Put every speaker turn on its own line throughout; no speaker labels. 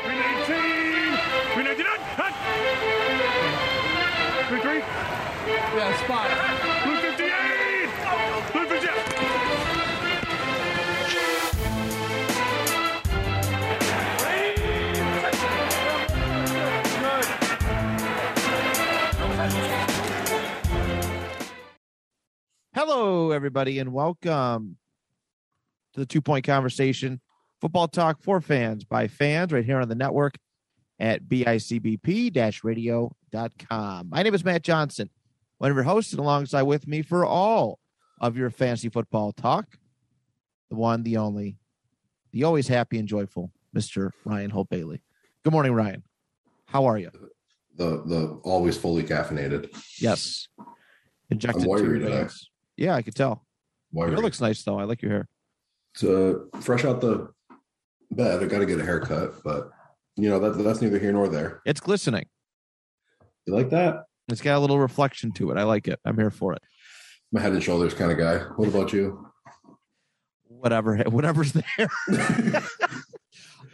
green 18, nine, nine. Green three,
Yeah, spot.
blue 58, blue 58.
Hello, everybody, and welcome to the Two Point Conversation Football Talk for Fans by Fans right here on the network at bicbp radio.com. My name is Matt Johnson, one of your hosts, and alongside with me for all of your fantasy football talk, the one, the only, the always happy and joyful, Mr. Ryan Holt Bailey. Good morning, Ryan. How are you?
the the always fully caffeinated.
Yes. Injected
I'm wiry
two
today.
veins. Yeah, I could tell.
Why
It looks nice, though. I like your hair.
to uh, fresh out the bed? I got to get a haircut, but you know that that's neither here nor there.
It's glistening.
You like that?
It's got a little reflection to it. I like it. I'm here for it.
I'm a head and shoulders kind of guy. What about you?
Whatever, whatever's there.
Matt's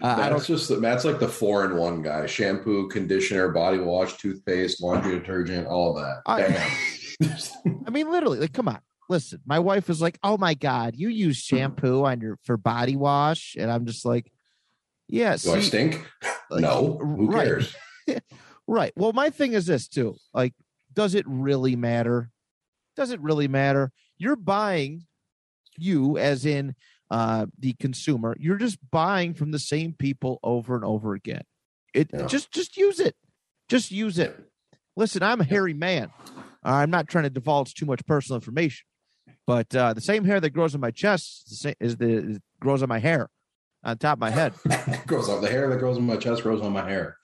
Uh, I don't.
just Matt's like the four in one guy: shampoo, conditioner, body wash, toothpaste, laundry detergent, all of that.
I-
Bam.
I mean, literally, like, come on. Listen, my wife was like, "Oh my god, you use shampoo on your for body wash," and I'm just like, "Yeah,
Do I
see-
stink?
like,
no. Who
right.
cares?
Right. Well, my thing is this too. Like, does it really matter? Does it really matter? You're buying you as in uh the consumer, you're just buying from the same people over and over again. It
Yeah.
just just use it. Just use it. Listen, I'm a hairy man. Uh, I'm not trying to divulge too much personal information, but uh, the same hair that grows on my chest is the, same, is the is, grows on my hair, on top of my head.
grows on the hair that grows on my chest, grows on my hair.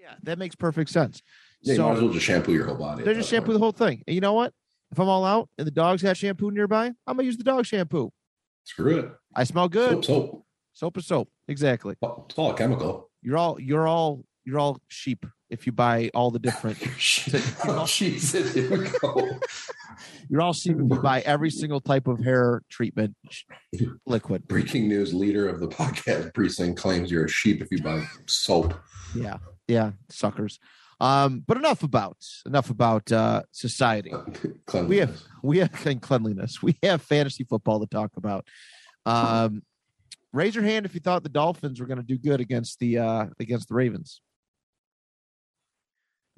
Yeah, that makes perfect sense.
Yeah, you might as well just shampoo your whole body. at
They're just
that point.
shampoo the whole thing. And you know what? If I'm all out and the dog's got shampoo nearby, I'm gonna use the dog shampoo.
Screw it.
I smell
Soap,
good.
soap.
Soap is soap. Exactly.
It's all a chemical.
You're all you're all you're all sheep if you buy all the different
oh, Jesus, here we go.
you're all sheep if you buy every single type of hair treatment sh- liquid.
Breaking news leader of the podcast precinct claims you're a sheep if you buy soap.
Yeah. Yeah. Suckers. Um, but enough about enough about uh society.
Cleanliness.
We have- we have and cleanliness. We have fantasy football to talk about. Um, raise your hand if you thought the Dolphins were going to do good against the uh, against the Ravens.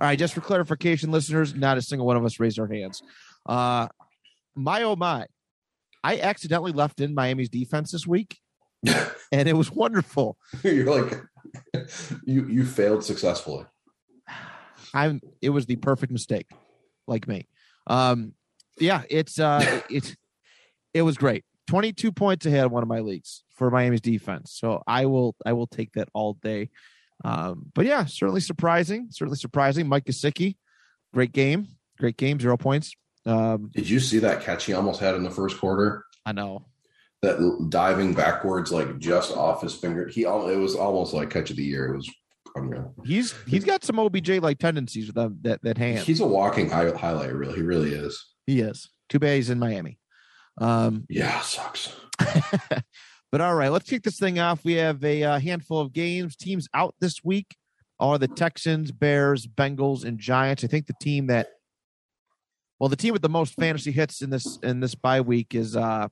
All right, just for clarification, listeners, not a single one of us raised our hands. Uh, my oh my, I accidentally left in Miami's defense this week, and it was wonderful.
you're like you you failed successfully.
I'm it was the perfect mistake, like me. Um, yeah, it's uh, it's it was great. Twenty two points ahead of one of my leagues for Miami's defense, so I will I will take that all day. Um, but yeah, certainly surprising, certainly surprising. Mike Gesicki, great game, great game, zero points. Um,
Did you see that catch he almost had in the first quarter?
I know.
That l- diving backwards, like just off his finger. He al- it was almost like catch of the year. It was unreal.
He's he's got some OBJ like tendencies with that that, that hand.
He's a walking high, highlight reel. He really is.
He is. Too bad he's in Miami. Um,
Yeah, sucks.
But all right, let's kick this thing off. We have a uh, handful of games. Teams out this week are the Texans, Bears, Bengals, and Giants. I think the team that, well, the team with the most fantasy hits in this in this bye week is uh,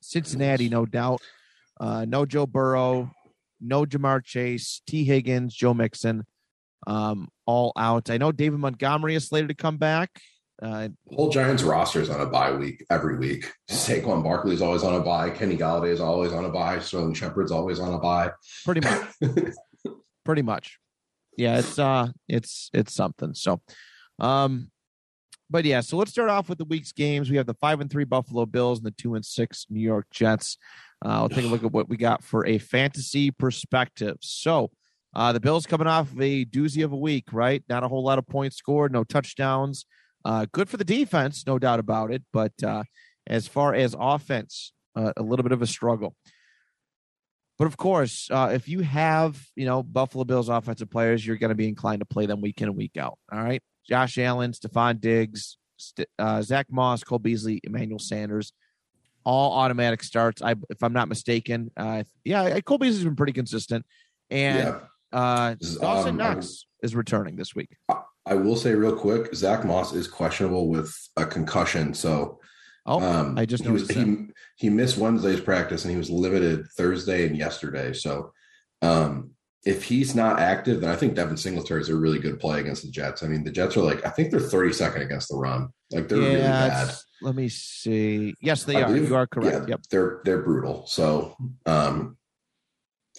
Cincinnati, no doubt. Uh, no Joe Burrow, no Jamar Chase, T. Higgins, Joe Mixon, um, all out. I know David Montgomery is slated to come back. Uh,
The whole Giants roster is on a bye week every week. Saquon Barkley's always on a bye. Kenny Galladay is always on a bye. Sterling Shepard's always on a bye.
pretty much. pretty much yeah it's uh it's it's something so um but yeah so let's start off with the week's games we have the five and three buffalo bills and the two and six new york jets uh, i'll take a look at what we got for a fantasy perspective so uh the bills coming off of a doozy of a week right not a whole lot of points scored no touchdowns uh good for the defense no doubt about it but uh as far as offense uh, a little bit of a struggle But of course, uh, if you have you know Buffalo Bills offensive players, you're going to be inclined to play them week in and week out. All right, Josh Allen, Stephon Diggs, St- uh, Zach Moss, Cole Beasley, Emmanuel Sanders, all automatic starts. I, if I'm not mistaken, uh, yeah, Cole Beasley's been pretty consistent, and
yeah.
uh,
Z-
Dawson
um, I-
Knox is returning this week.
I will say real quick, Zach Moss is questionable with a concussion. So
Oh,
um,
I just
he, was,
noticed that.
he he missed Wednesday's practice and he was limited Thursday and yesterday. So um, if he's not active, then I think Devin Singletary is a really good play against the Jets. I mean, the Jets are like I think they're 32nd against the run. Like they're really bad.
it's- let me see. Yes, they
I
are.
believe-
you are correct.
Yeah,
Yep.
They're they're brutal. So um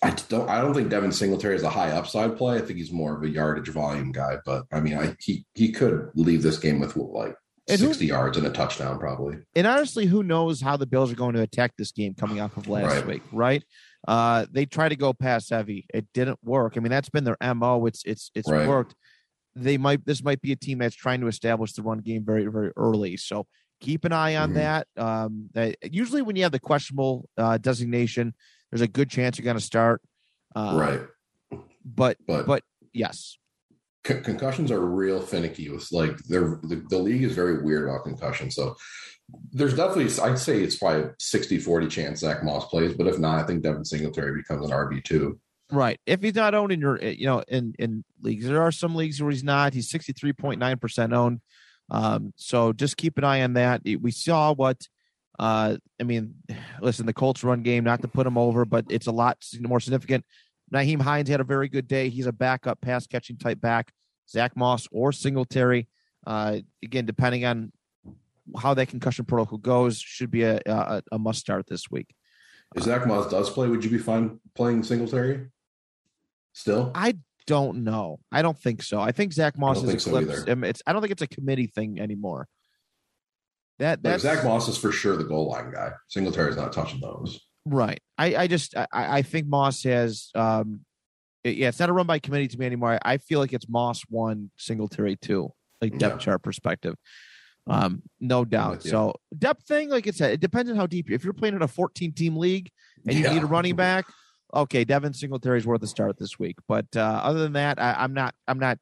I don't I don't think Devin Singletary is a high upside play. I think he's more of a yardage volume guy, but I mean I he he could leave this game with like
And who-
60 yards and a touchdown probably.
and honestly, who knows how the Bills are going to attack this game coming off of last
Right.
week, right? Uh, they tried to go pass heavy. It didn't work. I mean, that's been their mo. It's it's it's
Right.
worked. They might this might be a team that's trying to establish the run game very very early. So keep an eye on
Mhm.
that. Um, that usually when you have the questionable uh, designation, there's a good chance you're going to start. Uh,
right.
But
But,
but yes,
con- concussions are real finicky with like they're the, the league is very weird about concussions. So there's definitely I'd say it's probably a 60 40 chance Zach Moss plays, but if not, I think Devin Singletary becomes an RB2.
right. If he's not owned in your eh, you know in in leagues, there are some leagues where he's not. He's sixty three point nine percent owned. Um, so just keep an eye on that. It- We saw what, uh, I mean, listen, the Colts run game, not to put them over, but it's a lot s- more significant. Naheem Hines had a very good day. He's a backup pass catching type back. Zach Moss or Singletary, uh, again, depending on how that concussion protocol goes, should be a, a, a must start this week.
If
Uh,
Zach Moss does play, would you be fine playing Singletary? Still?
I don't know. I don't think so. I think Zach Moss
don't
is
think so
eclipsed.
either.
him. it's I don't think it's a committee thing anymore. That
Like
that's
Zach Moss is for sure the goal line guy. Singletary's not touching those.
Right. I, I just I, I think Moss has um it- yeah, it's not a run by committee to me anymore. I, I feel like it's Moss one, Singletary two, like depth
Yeah.
chart perspective. Um, no doubt.
Mm-hmm. with you.
So depth thing, like I said, it depends on how deep you if you're playing in a 14 team league and you
Yeah.
need a running back, okay, Devin Singletary's worth a start this week. But uh other than that, I, I'm not I'm not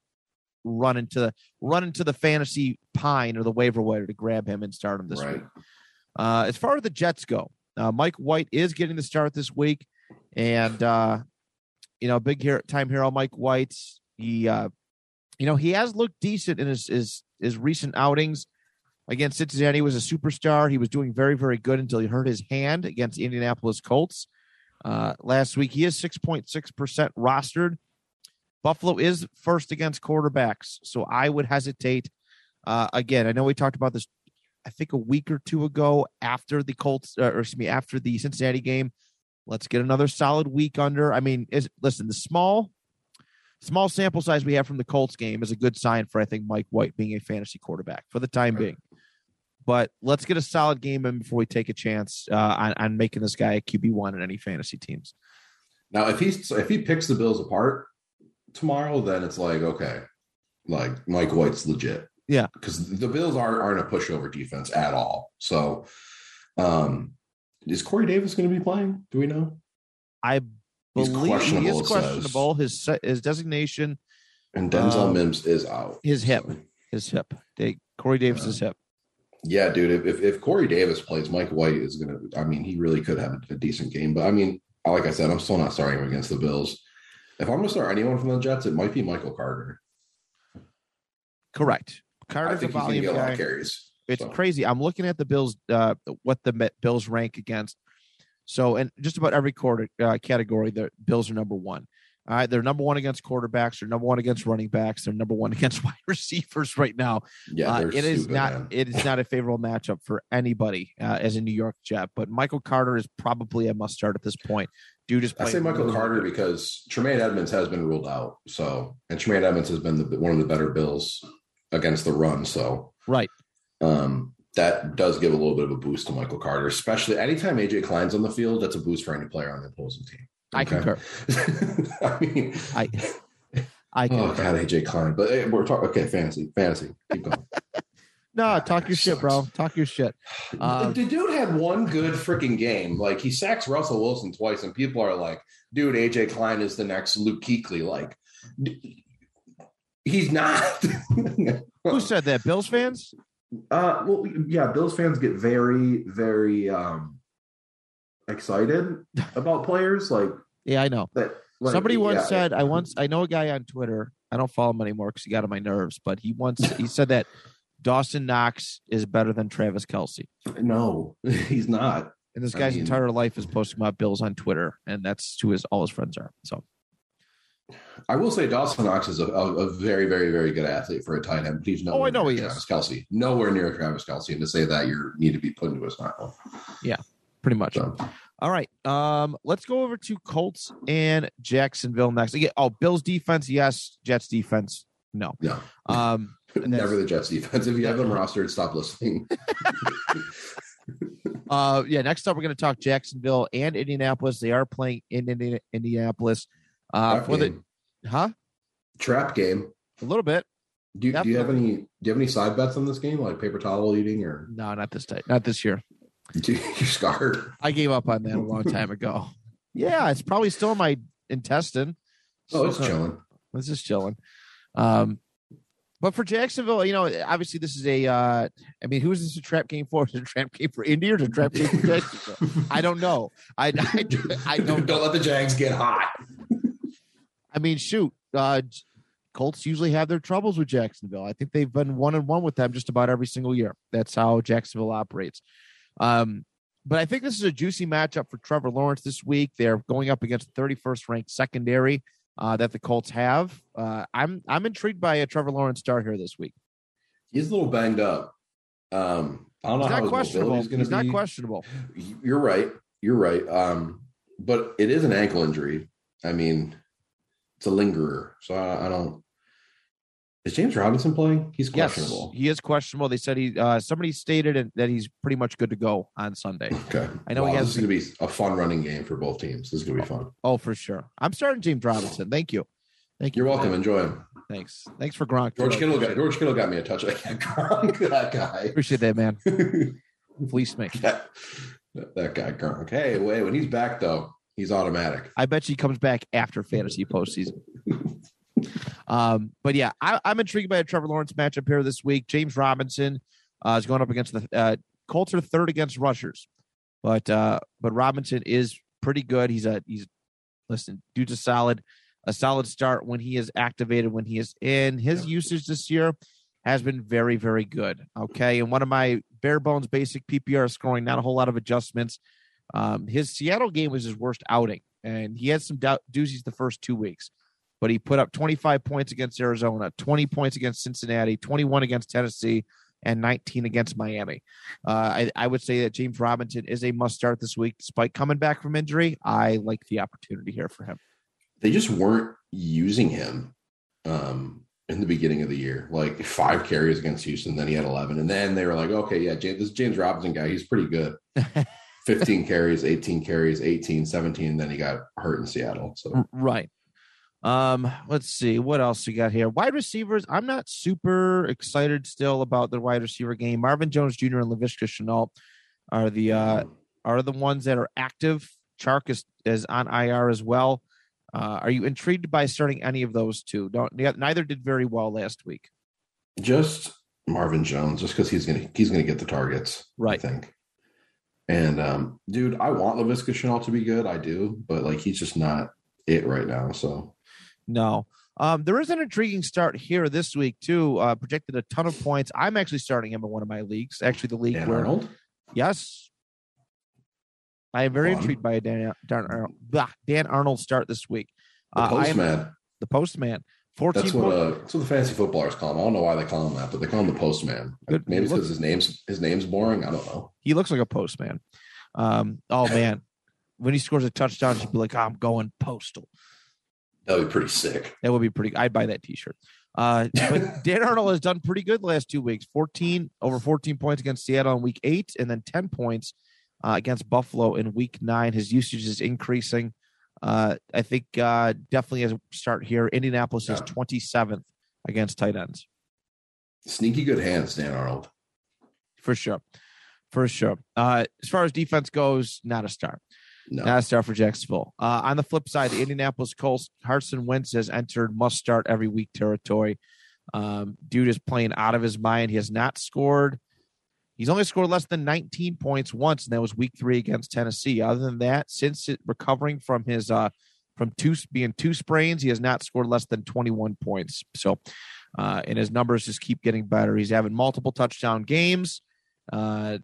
running to the running to the fantasy pine or the waiver wire to grab him and start him this
Right.
week. Uh, as far as the Jets go, uh, Mike White is getting the start this week, and uh, you know, big hero, time hero Mike White. He, uh, you know, he has looked decent in his his, his recent outings. Against Cincinnati, he was a superstar. He was doing very, very good until he hurt his hand against the Indianapolis Colts uh, last week. He is six point six percent rostered. Buffalo is first against quarterbacks, so I would hesitate. Uh, again, I know we talked about this I think a week or two ago after the Colts, uh, or excuse me, after the Cincinnati game. Let's get another solid week under. I mean, is listen, the small, small sample size we have from the Colts game is a good sign for I think Mike White being a fantasy quarterback for the time
Right.
being. But let's get a solid game in before we take a chance uh, on, on making this guy a QB one in any fantasy teams.
Now, if he's if he picks the Bills apart tomorrow, then it's like okay, like Mike White's legit.
Yeah.
because the Bills aren't aren't a pushover defense at all. So, um, is Corey Davis going to be playing? Do we know?
I
He's
believe he
questionable,
is
it says.
questionable. His se- his designation,
And Denzel
Um,
Mims is out.
his hip,
So,
his hip. They, Corey Davis's hip.
yeah, dude. If, if if Corey Davis plays, Mike White is gonna. I mean, he really could have a decent game. But I mean, like I said, I'm still not starting him against the Bills. If I'm gonna start anyone from the Jets, it might be Michael Carter.
Correct.
I
Carter's a
think he's gonna
volume
get a lot
guy.
of carries.
It's
So,
crazy. I'm looking at the Bills, uh, what the Met- Bills rank against. So, and just about every quarter uh, category, the Bills are number one. All right, they're number one against quarterbacks. They're number one against running backs. They're number one against wide receivers right now.
yeah,
Uh,
they're
it is
stupid,
not.
man.
It is not a favorable matchup for anybody uh, as a New York Jet. But Michael Carter is probably a must start at this point. Dude is.
I
playing
say Michael
really
Carter
good.
because Tremaine Edmonds has been ruled out. So, and Tremaine Edmonds has been the, one of the better Bills against the run. So,
Right.
um, that does give a little bit of a boost to Michael Carter, especially anytime AJ Klein's on the field. That's a boost for any player on the opposing team.
I concur.
I mean,
I. I
oh
concur.
eh, god, AJ Klein. But hey, we're talking. Okay, fantasy, fantasy. Keep going.
No, talk your shit, bro. Talk your shit. Um,
the, the dude had one good freaking game. Like he sacks Russell Wilson twice, and people are like, "Dude, AJ Klein is the next Luke Kuechly." Like, d- he's not.
Who said that? Bills fans?
Uh, well, yeah, Bills fans get very, very um excited about players like
Yeah, I know.
that. like,
Somebody once
yeah.
said, I once, I know a guy on Twitter. I don't follow him anymore because he got on my nerves, but he once, he said that Dawson Knox is better than Travis Kelsey.
"No, he's not."
And this
I
guy's
mean-
entire life is posting about Bills on Twitter, and that's who his all his friends are. So
I will say Dawson Knox is a, a, a very, very, very good athlete for a tight end, but he's nowhere
Oh, I know
near
he is.
Travis Kelsey. Nowhere near Travis Kelsey, and to say that you need to be put into a snarl.
pretty much.
So
All right. Um, let's go over to Colts and Jacksonville next. Again, oh, Bills defense, yes. Jets defense, no.
no,
Um, and that's-
never the Jets defense. If you have them rostered, stop listening.
Uh, yeah. Next up, we're going to talk Jacksonville and Indianapolis. They are playing in Indi- Indianapolis. Uh,
Trap
for the
game.
huh,
trap game.
a little bit.
Do, do you have
Definitely.
any? Do you have any side bets on this game, like paper towel eating or
No, not this time. Not this year.
do you scar?
I gave up on that a long time ago. Yeah, it's probably still in my intestine.
Oh, it's
Still-
chilling.
It's just chilling. Um, but for Jacksonville, you know, obviously this is a. Uh, I mean, who is this a trap game for? Is it a trap game for Indy or is it a trap game for Jacksonville? I don't know. I, I, I don't know.
don't let the Jags get hot.
I mean, shoot, uh, J- Colts usually have their troubles with Jacksonville. I think they've been one and one with them just about every single year. That's how Jacksonville operates. Um, but I think this is a juicy matchup for Trevor Lawrence this week. They're going up against the 31st ranked secondary uh, that the Colts have. Uh, I'm I'm intrigued by a Trevor Lawrence start here this week.
He's a little banged up. Um, I don't
He's
know how
not
his
questionable.
mobility's
He's
going to be.
not questionable.
You're right. You're right. Um, but it is an ankle injury. I mean, it's a lingerer. So I, I don't. Is James Robinson playing? He's
Yes,
questionable.
he is questionable. They said he uh, somebody stated it- that he's pretty much good to go on Sunday.
Okay.
I know he
Wow,
has-
This is going to be a fun running game for both teams. This is going to be fun.
Oh, for sure. I'm starting James Robinson. Thank you. Thank you.
You're
for that.
welcome. Enjoy him.
Thanks. Thanks for Gronk. Bro.
George Kittle got George Kittle got me a touch. I got Gronk. That guy.
Appreciate that, man. Fleece me.
that, that guy Gronk. Hey, wait. When he's back though, he's automatic.
I bet she comes back after fantasy postseason. um, but yeah, I, I'm intrigued by a Trevor Lawrence matchup here this week. James Robinson uh, is going up against the uh, Colts are third against rushers, but uh, but Robinson is pretty good. He's a he's listen, dude's a solid a solid start when he is activated when he is in. His usage this year has been very very good. Okay, and one of my bare bones basic PPR scoring, not a whole lot of adjustments. Um, his Seattle game was his worst outing, and he had some dou- doozies the first two weeks. But he put up 25 points against Arizona, 20 points against Cincinnati, 21 against Tennessee, and 19 against Miami. Uh, I, I would say that James Robinson is a must start this week, despite coming back from injury. I like the opportunity here for him.
they just weren't using him um, in the beginning of the year. Like five carries against Houston, then he had 11. And then they were like, okay, yeah, James, this James Robinson guy, he's pretty good. 15 carries, 18 carries, 18, 17. And then he got hurt in Seattle. So
Right. Um, let's see what else we got here. Wide receivers. I'm not super excited still about the wide receiver game. Marvin Jones Jr. and Laviska Chenault are the uh
Um,
are the ones that are active. Chark is, is on IR as well. Uh, are you intrigued by starting any of those two? Don't neither did very well last week.
just Marvin Jones, just because he's gonna he's gonna get the targets,
Right.
I think. And um, dude, I want LaVisca Chenault to be good. I do, but like he's just not it right now. So
No. Um, there is an intriguing start here this week too. Uh, projected a ton of points. I'm actually starting him in one of my leagues. Actually, the league
Dan
where
Arnold.
Yes. I am very
Fun.
intrigued by a Dan, Dan, Arnold, Dan Arnold start this week.
The
Uh, I am
postman.
the postman. 14
That's what
points.
uh, that's what the fantasy footballers call him. I don't know why they call him that, but they call him the postman.
Good.
Maybe it's
Look-
because his name's his name's boring. I don't know.
he looks like a postman. Um, oh, man. When he scores a touchdown, he'd be like, I'm going postal.
That'd be pretty sick.
That would be pretty. I'd buy that T-shirt. Uh, but Dan Arnold has done pretty good the last two weeks. Fourteen over fourteen points against Seattle in Week Eight, and then ten points uh, against Buffalo in Week Nine. His usage is increasing. Uh, I think uh, definitely as a start here. Indianapolis is
Yeah.
twenty seventh against tight ends.
Sneaky good hands, Dan Arnold.
for sure. For sure. Uh, as far as defense goes, not a star.
No.
Not a star for Jacksonville. Uh, on the flip side, the Indianapolis Colts, Hartson Wentz has entered must start every week territory. Um, dude is playing out of his mind. He has not scored. He's only scored less than 19 points once, and that was week three against Tennessee. Other than that, since it, recovering from his uh, from two being two sprains, he has not scored less than 21 points. So, uh, and his numbers just keep getting better. He's having multiple touchdown games. Uh,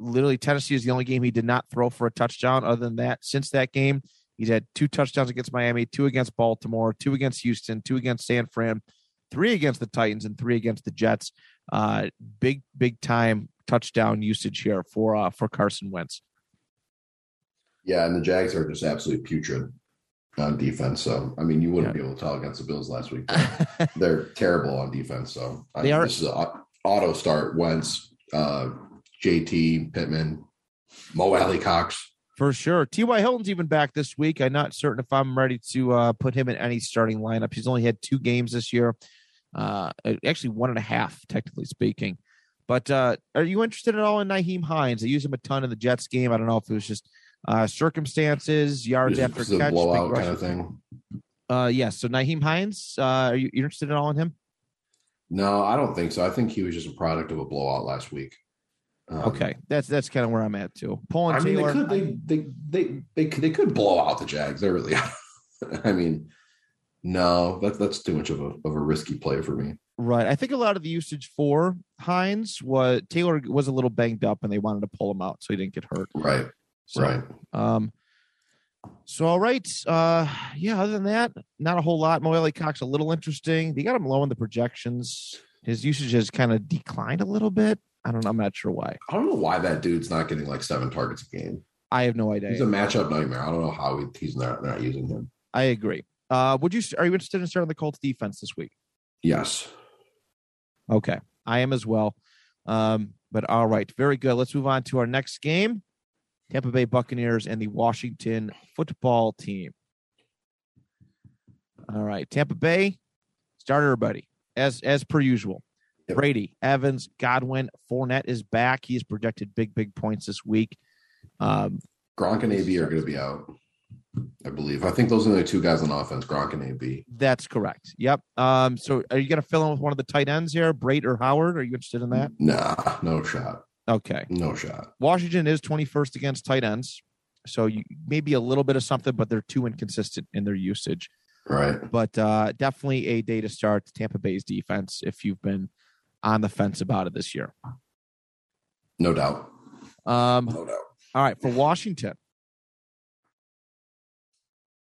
literally Tennessee is the only game he did not throw for a touchdown. Other than that, since that game, he's had two touchdowns against Miami, two against Baltimore, two against Houston, two against San Fran, three against the Titans, and three against the Jets. Uh, big, big time touchdown usage here for uh, for Carson Wentz.
Yeah, and the Jags are just absolutely putrid on defense. So I mean, you wouldn't be able to tell against the Bills last week. but They're terrible on defense. So I
They
mean,
are-
This is an auto start. Wentz, uh, JT Pittman, Mo Alley Cox.
For sure. T.Y. Hilton's even back this week. I'm not certain if I'm ready to uh, put him in any starting lineup. He's only had two games this year, uh, actually, one and a half, technically speaking. But uh, are you interested at all in Naheem Hines? They use him a ton in the Jets game. I don't know if it was just uh, circumstances, yards
This
after
is a
catch. big
blowout
rush.
kind of thing.
Uh, yes. So Naheem Hines, uh, are you you're interested at all in him?
No, I don't think so. I think he was just a product of a blowout last week. Um,
Okay, that's that's kind of where I'm at too. Paul and
I mean, they
Taylor.
could they they they they could, they could blow out the Jags. They're really. I mean, no, that, that's too much of a of a risky play for me.
Right. I think a lot of the usage for Hines was Taylor was a little banged up and they wanted to pull him out so he didn't get hurt.
Right,
So,
right.
Um, so all right. Uh, yeah. Other than that, not a whole lot. Moelle Cox a little interesting. They got him low in the projections. His usage has kind of declined a little bit. I don't. know. I'm not sure why.
I don't know why that dude's not getting like seven targets a game.
I have no idea.
He's a matchup nightmare. I don't know how he, he's not they're not using him.
I agree. Uh, would you? Are you interested in starting the Colts defense this week?
Yes,
Okay, I am as well. Um, but all right, very good. Let's move on to our next game: Tampa Bay Buccaneers and the Washington Football Team. All right, Tampa Bay start everybody as as per usual.
Yep.
Brady, Evans, Godwin, Fournette is back. He has projected big big points this week. Um,
Gronk and AB are going to be out. I believe. I think those are the two guys on offense, Gronk and AB.
that's correct. Yep. Um, so are you going to fill in with one of the tight ends here, Brady or Howard? Are you interested in that?
Nah, no shot.
Okay.
No shot.
Washington is 21st against tight ends. So you maybe a little bit of something, but they're too inconsistent in their usage.
Right.
But uh, definitely a day to start Tampa Bay's defense if you've been on the fence about it this year.
No doubt.
Um,
No doubt.
all right, for Washington,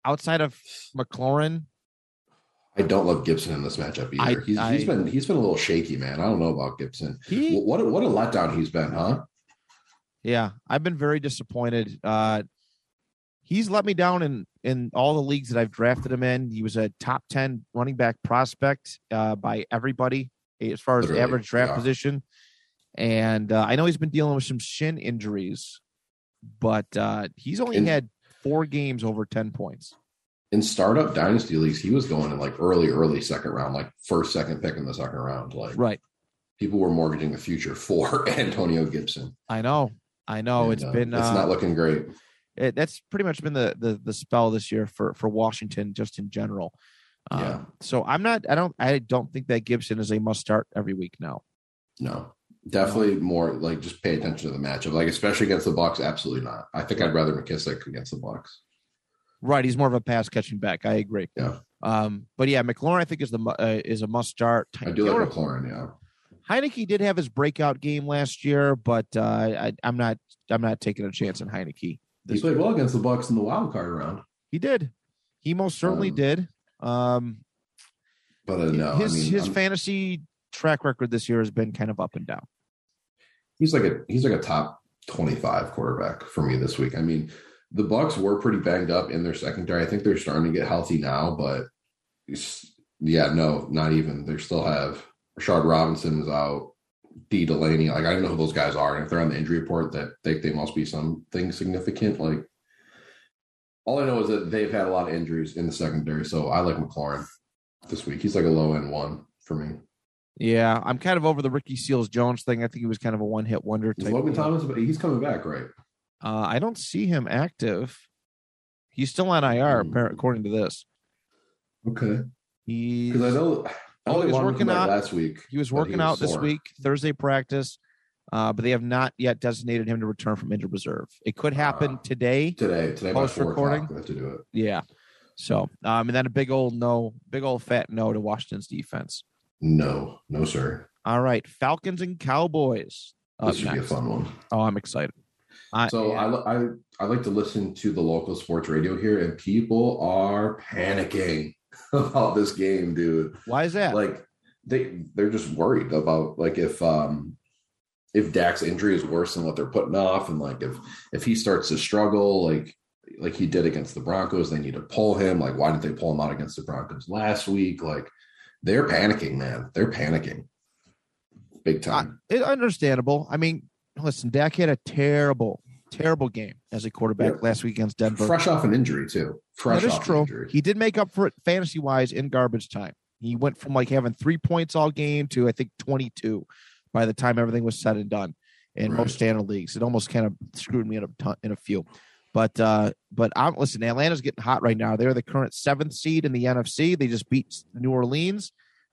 outside of McLaurin,
I don't love Gibson in this matchup either.
I-
he's, he's
I-
been he's been a little shaky, man. I don't know about Gibson.
he
Wh- What a, what a letdown he's been, huh?
yeah, I've been very disappointed. Uh, he's let me down in in all the leagues that I've drafted him in. He was a top ten running back prospect uh, by everybody as far as
Literally,
average draft
yeah.
position, and uh, I know he's been dealing with some shin injuries, but uh, he's only
In-
had four games over ten points.
In startup dynasty leagues, he was going in like early, early second round, like first, second pick in the second round. Like
Right,
people were mortgaging the future for Antonio Gibson.
I know, I know.
And,
It's
uh,
been
it's
uh,
not looking great.
it, Eh, that's pretty much been the, the the spell this year for for Washington just in general. Um,
Yeah.
So I'm not. I don't. I don't think that Gibson is a must start every week now.
No, definitely more like just pay attention to the matchup, like especially against the Bucks. Absolutely not. I think I'd rather McKissick against the Bucks.
Right. He's more of a pass catching back. I agree.
Yeah.
Um. But yeah, McLaurin I think is the mu- uh, is a must start.
I do
Taylor-
like McLaurin. Yeah,
Heineke did have his breakout game last year, but uh, I, I'm not. I'm not taking a chance on Heineke.
he played well against the Bucks in the wild card round,
He did. He most certainly
Um,
did. Um.
but uh, no,
his
I mean,
his
I'm-
fantasy track record this year has been kind of up and down.
he's like a he's like a top 25 quarterback for me this week. I mean, the Bucks were pretty banged up in their secondary. I think they're starting to get healthy now, but it's- yeah, no, not even. They still have Rashad Robinson is out, D Delaney. Like I don't know who those guys are, and if they're on the injury report, that they they must be something significant. Like all I know is that they've had a lot of injuries in the secondary, so I like McLaurin this week. He's like a low end one for me.
Yeah, I'm kind of over the Ricky Seals Jones thing. I think he was kind of a one hit wonder.
Is
type
Logan
thing.
Thomas, but he's coming back, right?
Uh, I don't see him active. He's still on IR,
Hmm.
appar- according to this.
Okay.
He's,
Because I know I
Oh,
only
he's
wanted
working
him back
out.
last week.
he was
but he
working
was
out this
sore.
week, Thursday practice, uh, but they have not yet designated him to return from injured reserve. It could happen
Ah.
today.
Today, today by
Post
four
recording?
o'clock, we have to do it.
Yeah. So, um, and then a big old no, big old fat no to Washington's defense.
No, no, sir.
All right, Falcons and Cowboys. Up
This should be a
next.
fun one.
Oh, I'm excited. I
So
am-
I, I I like to listen to the local sports radio here, and people are panicking about this game, dude.
why is that?
Like they they're just worried about like if um if Dak's injury is worse than what they're putting off, and like if if he starts to struggle, like like he did against the Broncos, they need to pull him. Like why didn't they pull him out against the Broncos last week? Like they're panicking, man. They're panicking, big
I-
time.
it, understandable. I mean, listen, Dak had a terrible, terrible game as a quarterback
Yeah.
last week against Denver.
Fresh off an injury too. Fresh
that is
off an
true.
injury.
He did make up for it fantasy wise in garbage time. He went from like having three points all game to I think 22 by the time everything was said and done in
Right.
most standard leagues. It almost kind of screwed me in a ton, in a few. But uh but I'm listen, Atlanta's getting hot right now. They're the current seventh seed in the NFC. They just beat New Orleans.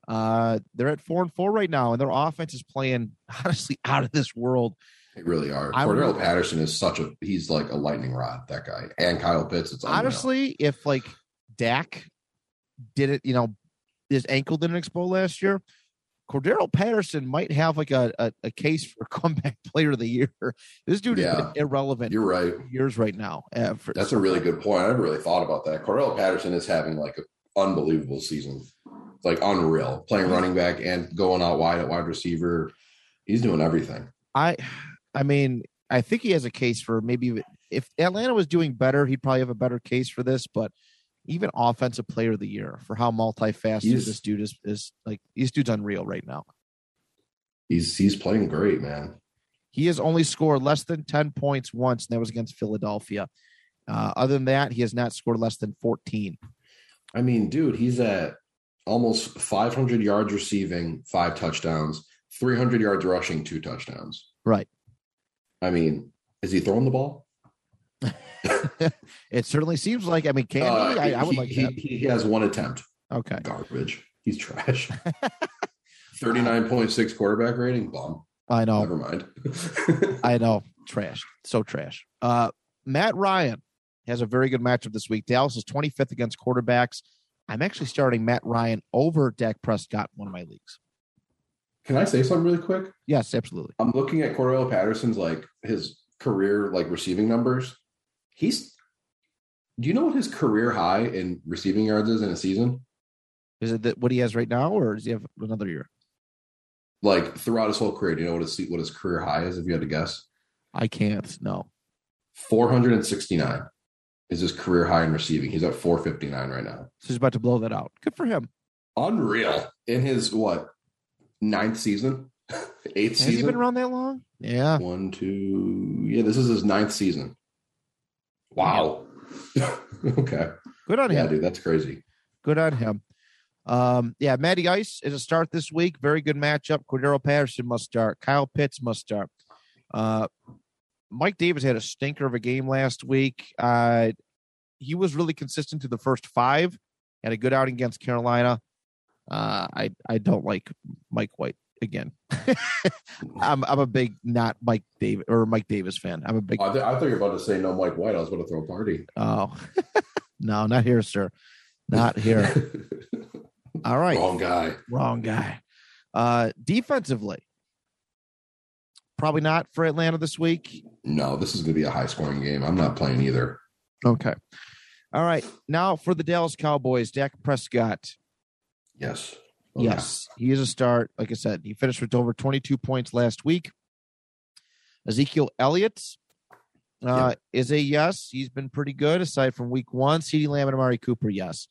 Uh they're at four and four right now, and their offense is playing honestly out of this world.
They really are.
I would-
Cordell Patterson is such a he's like a lightning rod, that guy. And Kyle Pitts, it's unreal.
honestly, if like Dak did it, you know, his ankle didn't explode last year, Cordero Patterson might have like a, a, a case for comeback player of the year. This dude is
Yeah.
irrelevant
You're right.
for years right now. Uh, for,
That's a really good point. I never really thought about that. Cordell Patterson is having like an unbelievable season. It's like unreal. Playing running back and going out wide at wide receiver. He's doing everything.
I, I mean, I think he has a case for maybe even- if Atlanta was doing better, he'd probably have a better case for this. But even offensive player of the year for how multifaceted
He's-
this dude is is like this dude's unreal right now.
He's he's playing great, man.
He has only scored less than 10 points once, and that was against Philadelphia. Uh, other than that, he has not scored less than 14.
I mean, dude, he's at almost 500 yards receiving, five touchdowns, 300 yards rushing, two touchdowns.
Right.
I mean, is he throwing the ball?
It certainly seems like, I mean, can he?
Uh,
I, I would
he,
like
he,
that.
he has one attempt.
Okay.
Garbage. He's trash. 39.6 quarterback rating. Bum.
I know.
Never mind.
I know. Trash. So trash. Uh, Matt Ryan has a very good matchup this week. Dallas is 25th against quarterbacks. I'm actually starting Matt Ryan over Dak Prescott in one of my leagues.
Can I say something really quick?
Yes, absolutely.
I'm looking at Cordell Patterson's like his career like receiving numbers. He's do you know what his career high in receiving yards is in a season?
Is it that what he has right now, or does he have another year?
Like throughout his whole career, do you know what his what his career high is? If you had to guess,
I can't. No.
469 is his career high in receiving. He's at 459 right now.
So he's about to blow that out. Good for him.
unreal in his what ninth season, eighth
Has he
season.
been around that long? Yeah.
One, two, yeah, this is his ninth season. Wow. okay,
Good on
yeah,
him.
dude, that's crazy.
Good on him. Um, yeah, Matty Ice is a start this week. Very good matchup. Cordero Patterson must start. Kyle Pitts must start. Uh, Mike Davis had a stinker of a game last week. Uh, he was really consistent to the first five. Had a good outing against Carolina. Uh, I I don't like Mike White again. I'm I'm a big not Mike Davis or Mike Davis fan. I'm a big
I, th- I thought you were about to say no, Mike White. I was about to throw a party.
oh no, not here, sir. Not here. All right.
Wrong guy.
Wrong guy. Uh defensively. Probably not for Atlanta this week.
No, this is going to be a high scoring game. I'm not playing either.
Okay. All right. Now for the Dallas Cowboys, Dak Prescott.
Yes.
Yes, he is a start. Like I said, he finished with over 22 points last week. Ezekiel Elliott uh, is a yes. He's been pretty good aside from week one. CeeDee Lamb and Amari Cooper, yes.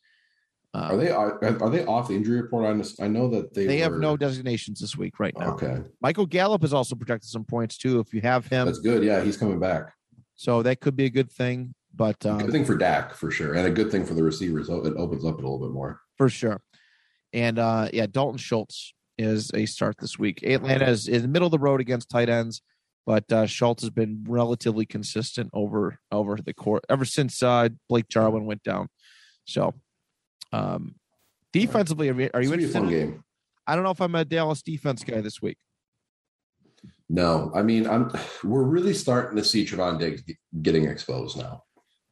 Uh,
Are they are, are they off the injury report? I just- I know that they
they have
were-
no designations this week right now.
Okay,
Michael Gallup has also projected some points too. If you have him,
that's good. Yeah, he's coming back.
So that could be a good thing, but
good
um,
thing for Dak for Oh, sure, and a good thing for the receivers. It opens up a little bit more.
for sure. And uh, yeah, Dalton Schultz is a start this week. Atlanta is in the middle of the road against tight ends, but uh, Schultz has been relatively consistent over over the court ever since uh, Blake Jarwin went down. So, um, defensively, are you, are you
It's gonna be a
interested?
fun
in-
game?
I don't know if I'm a Dallas defense guy this week.
No, I mean, I'm. We're really starting to see Trevon Diggs getting exposed now.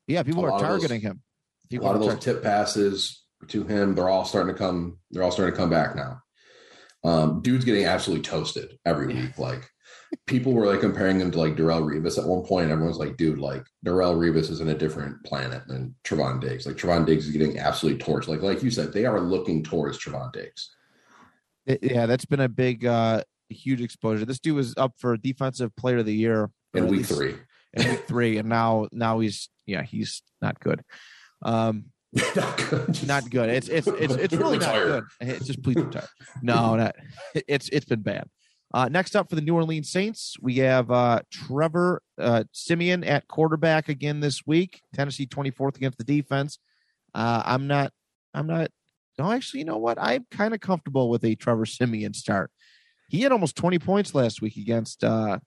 Yeah, people
A
are
lot of those-
targeting him.
a
People
lot of
are
those
tar-
tip passes to him they're all starting to come they're all starting to come back now um dude's getting absolutely toasted every week like people were like comparing him to like Darrell Revis at one point everyone's like dude like Darrell Revis is in a different planet than Trevon Diggs like Trevon Diggs is getting absolutely torched like like you said they are looking towards Trevon Diggs
It- eh, yeah, that's been a big, uh, huge exposure. This dude was up for defensive player of the year or
in
at
week
least-
3
in week three, and now now he's yeah he's not good. Um,
not good
not good. It's it's it's it's really not good. It's just please retire. No, not it's it's been bad. Uh, next up for the New Orleans Saints, we have uh, Trevor uh, Simeon at quarterback again this week. Tennessee twenty fourth against the defense. Uh, I'm not. I'm not. No, actually, you know what? I'm kind of comfortable with a Trevor Simeon start. He had almost twenty points last week against uh,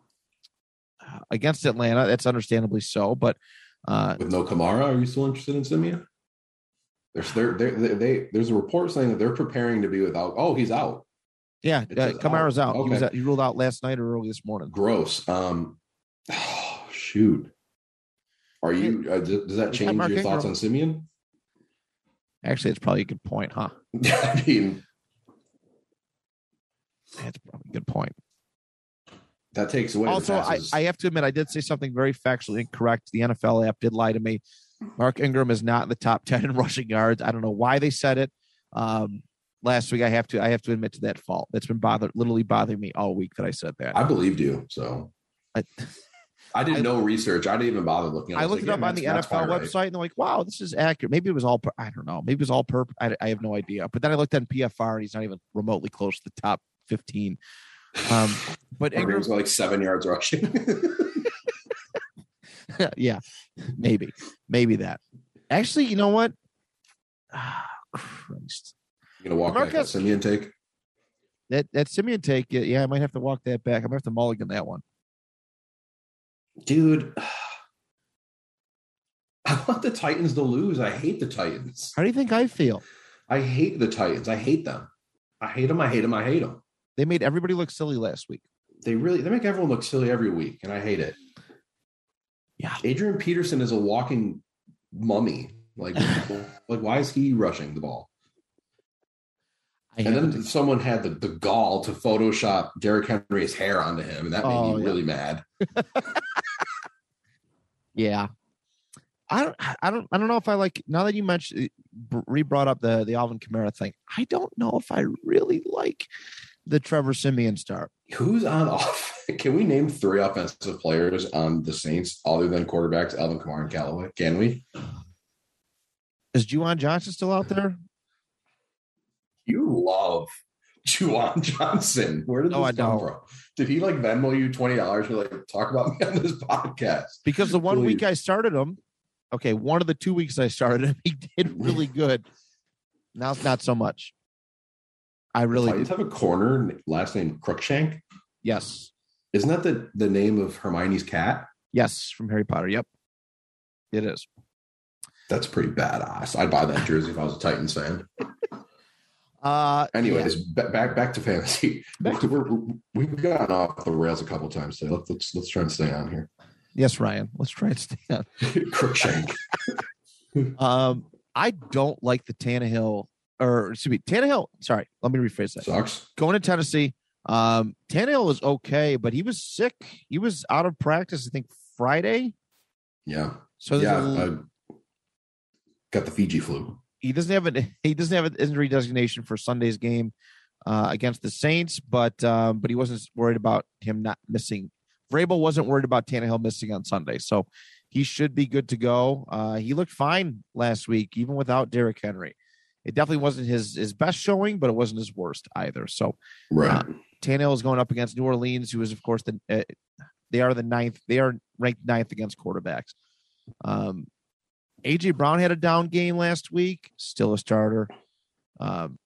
against Atlanta. That's understandably so, but uh,
with no Kamara, are you still interested in Simeon? There's there there they, they there's a report saying that they're preparing to be without. Oh, he's out.
Yeah,
It
uh,
says
Kamara's out.
out.
He was
Okay.
out, he ruled out last night or early this morning.
Gross. Um, oh, shoot. Are you? Uh, does, does that
Is that
change
Mark
your thoughts
Ingram?
on Simeon?
Actually, it's probably a good point, huh?
I mean,
That's probably a good point.
that takes away. the
also, I,
passes.
I have to admit, I did say something very factually incorrect. The NFL app did lie to me. Mark Ingram is not in the top ten in rushing yards. I don't know why they said it. Um, last week, I have to I have to admit to that fault. That's been bother literally bothering me all week that I said that.
I believed you. So
I,
I did
I-
no research. I didn't even bother looking.
I
was
looked
like,
it
yeah,
up on the
that's- that's
NFL
probably right.
website and they're like, wow, this is accurate. Maybe it was all, pur- I don't know. Maybe it was all purpose. I, I have no idea. But then I looked on PFR and he's not even remotely close to the top 15. Um, but
Mark
Ingram,
Ingram's got like seven yards rushing.
yeah, maybe, maybe that. Actually, you know what? Ah, Christ.
you gonna walk back that
Marcus-
Simeon take?
That that Simeon take, yeah, yeah, I might have to walk that back. I'm gonna have to mulligan that one.
dude. I want the Titans to lose. I hate the Titans.
How do you think I feel?
I hate the Titans. I hate them. I hate them. I hate them. I hate them.
They made everybody look silly last week.
They really they make everyone look silly every week, and I hate it.
Yeah.
Adrian Peterson is a walking mummy. Like, like why is he rushing the ball?
I
And
have
then
to-
someone had the, the gall to Photoshop Derrick Henry's hair onto him, and that made
Oh,
me
yeah.
really mad.
Yeah. I don't, I don't, I don't know if I like. Now that you mentioned, re brought up the the Alvin Kamara thing. I don't know if I really like the Trevor Simeon start.
Who's on off? Can we name three offensive players on the Saints other than quarterbacks Alvin Kamara and Callaway? Can we?
Is Juwan Johnson still out there?
You love Juwan Johnson. Where did this
No, I
come
don't.
from? Did he like Venmo you twenty dollars? You're like, talk about me on this podcast.
Because the one week
Please.
I started him, okay, one of the two weeks I started him, he did really good. Now it's not so much. I really
Titans
did.
have a corner last name Crookshank.
yes,
Isn't that the, the name of Hermione's cat?
yes, from Harry Potter. Yep, it is.
That's pretty badass. I'd buy that jersey if I was a Titans fan.
Uh, yeah.
Anyways, ba- back back to fantasy.
Back to-
We're, we've gotten off the rails a couple times today. Let's let's, let's try and stay on here.
yes, Ryan. Let's try and stay on
Crookshank.
Um, I don't like the Tannehill or excuse me, Tannehill. Sorry, let me rephrase that.
Sucks.
Going to Tennessee. Um, Tannehill was okay, but he was sick. He was out of practice. I think Friday.
Yeah.
So there's
yeah.
a l-
I got the Fiji flu.
he doesn't have an he doesn't have an injury designation for Sunday's game uh, against the Saints, but um, but he wasn't worried about him not missing. Vrabel wasn't worried about Tannehill missing on Sunday, so he should be good to go. Uh, he looked fine last week, even without Derrick Henry. It definitely wasn't his his best showing, but it wasn't his worst either. So
Right.
Ah, Tannehill is going up against New Orleans, who is of course the uh, they are the ninth. They are ranked ninth against quarterbacks. Um, AJ Brown had a down game last week, still a starter. Um,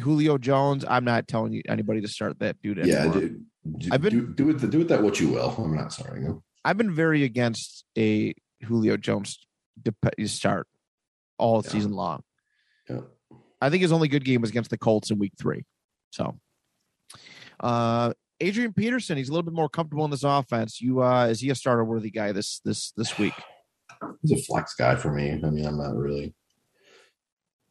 Julio Jones. I'm not telling you anybody to start that dude.
yeah,
anymore.
do, do,
I've been-
do, do with the, do with that what you will. I'm not starting him.
I've been very against a Julio Jones dep- start all
Yeah.
season long.
Yeah.
I think his only good game was against the Colts in week three. So, uh, Adrian Peterson, he's a little bit more comfortable in this offense. You, uh, is he a starter worthy guy this, this, this week?
He's a flex guy for me. I mean, I'm not really.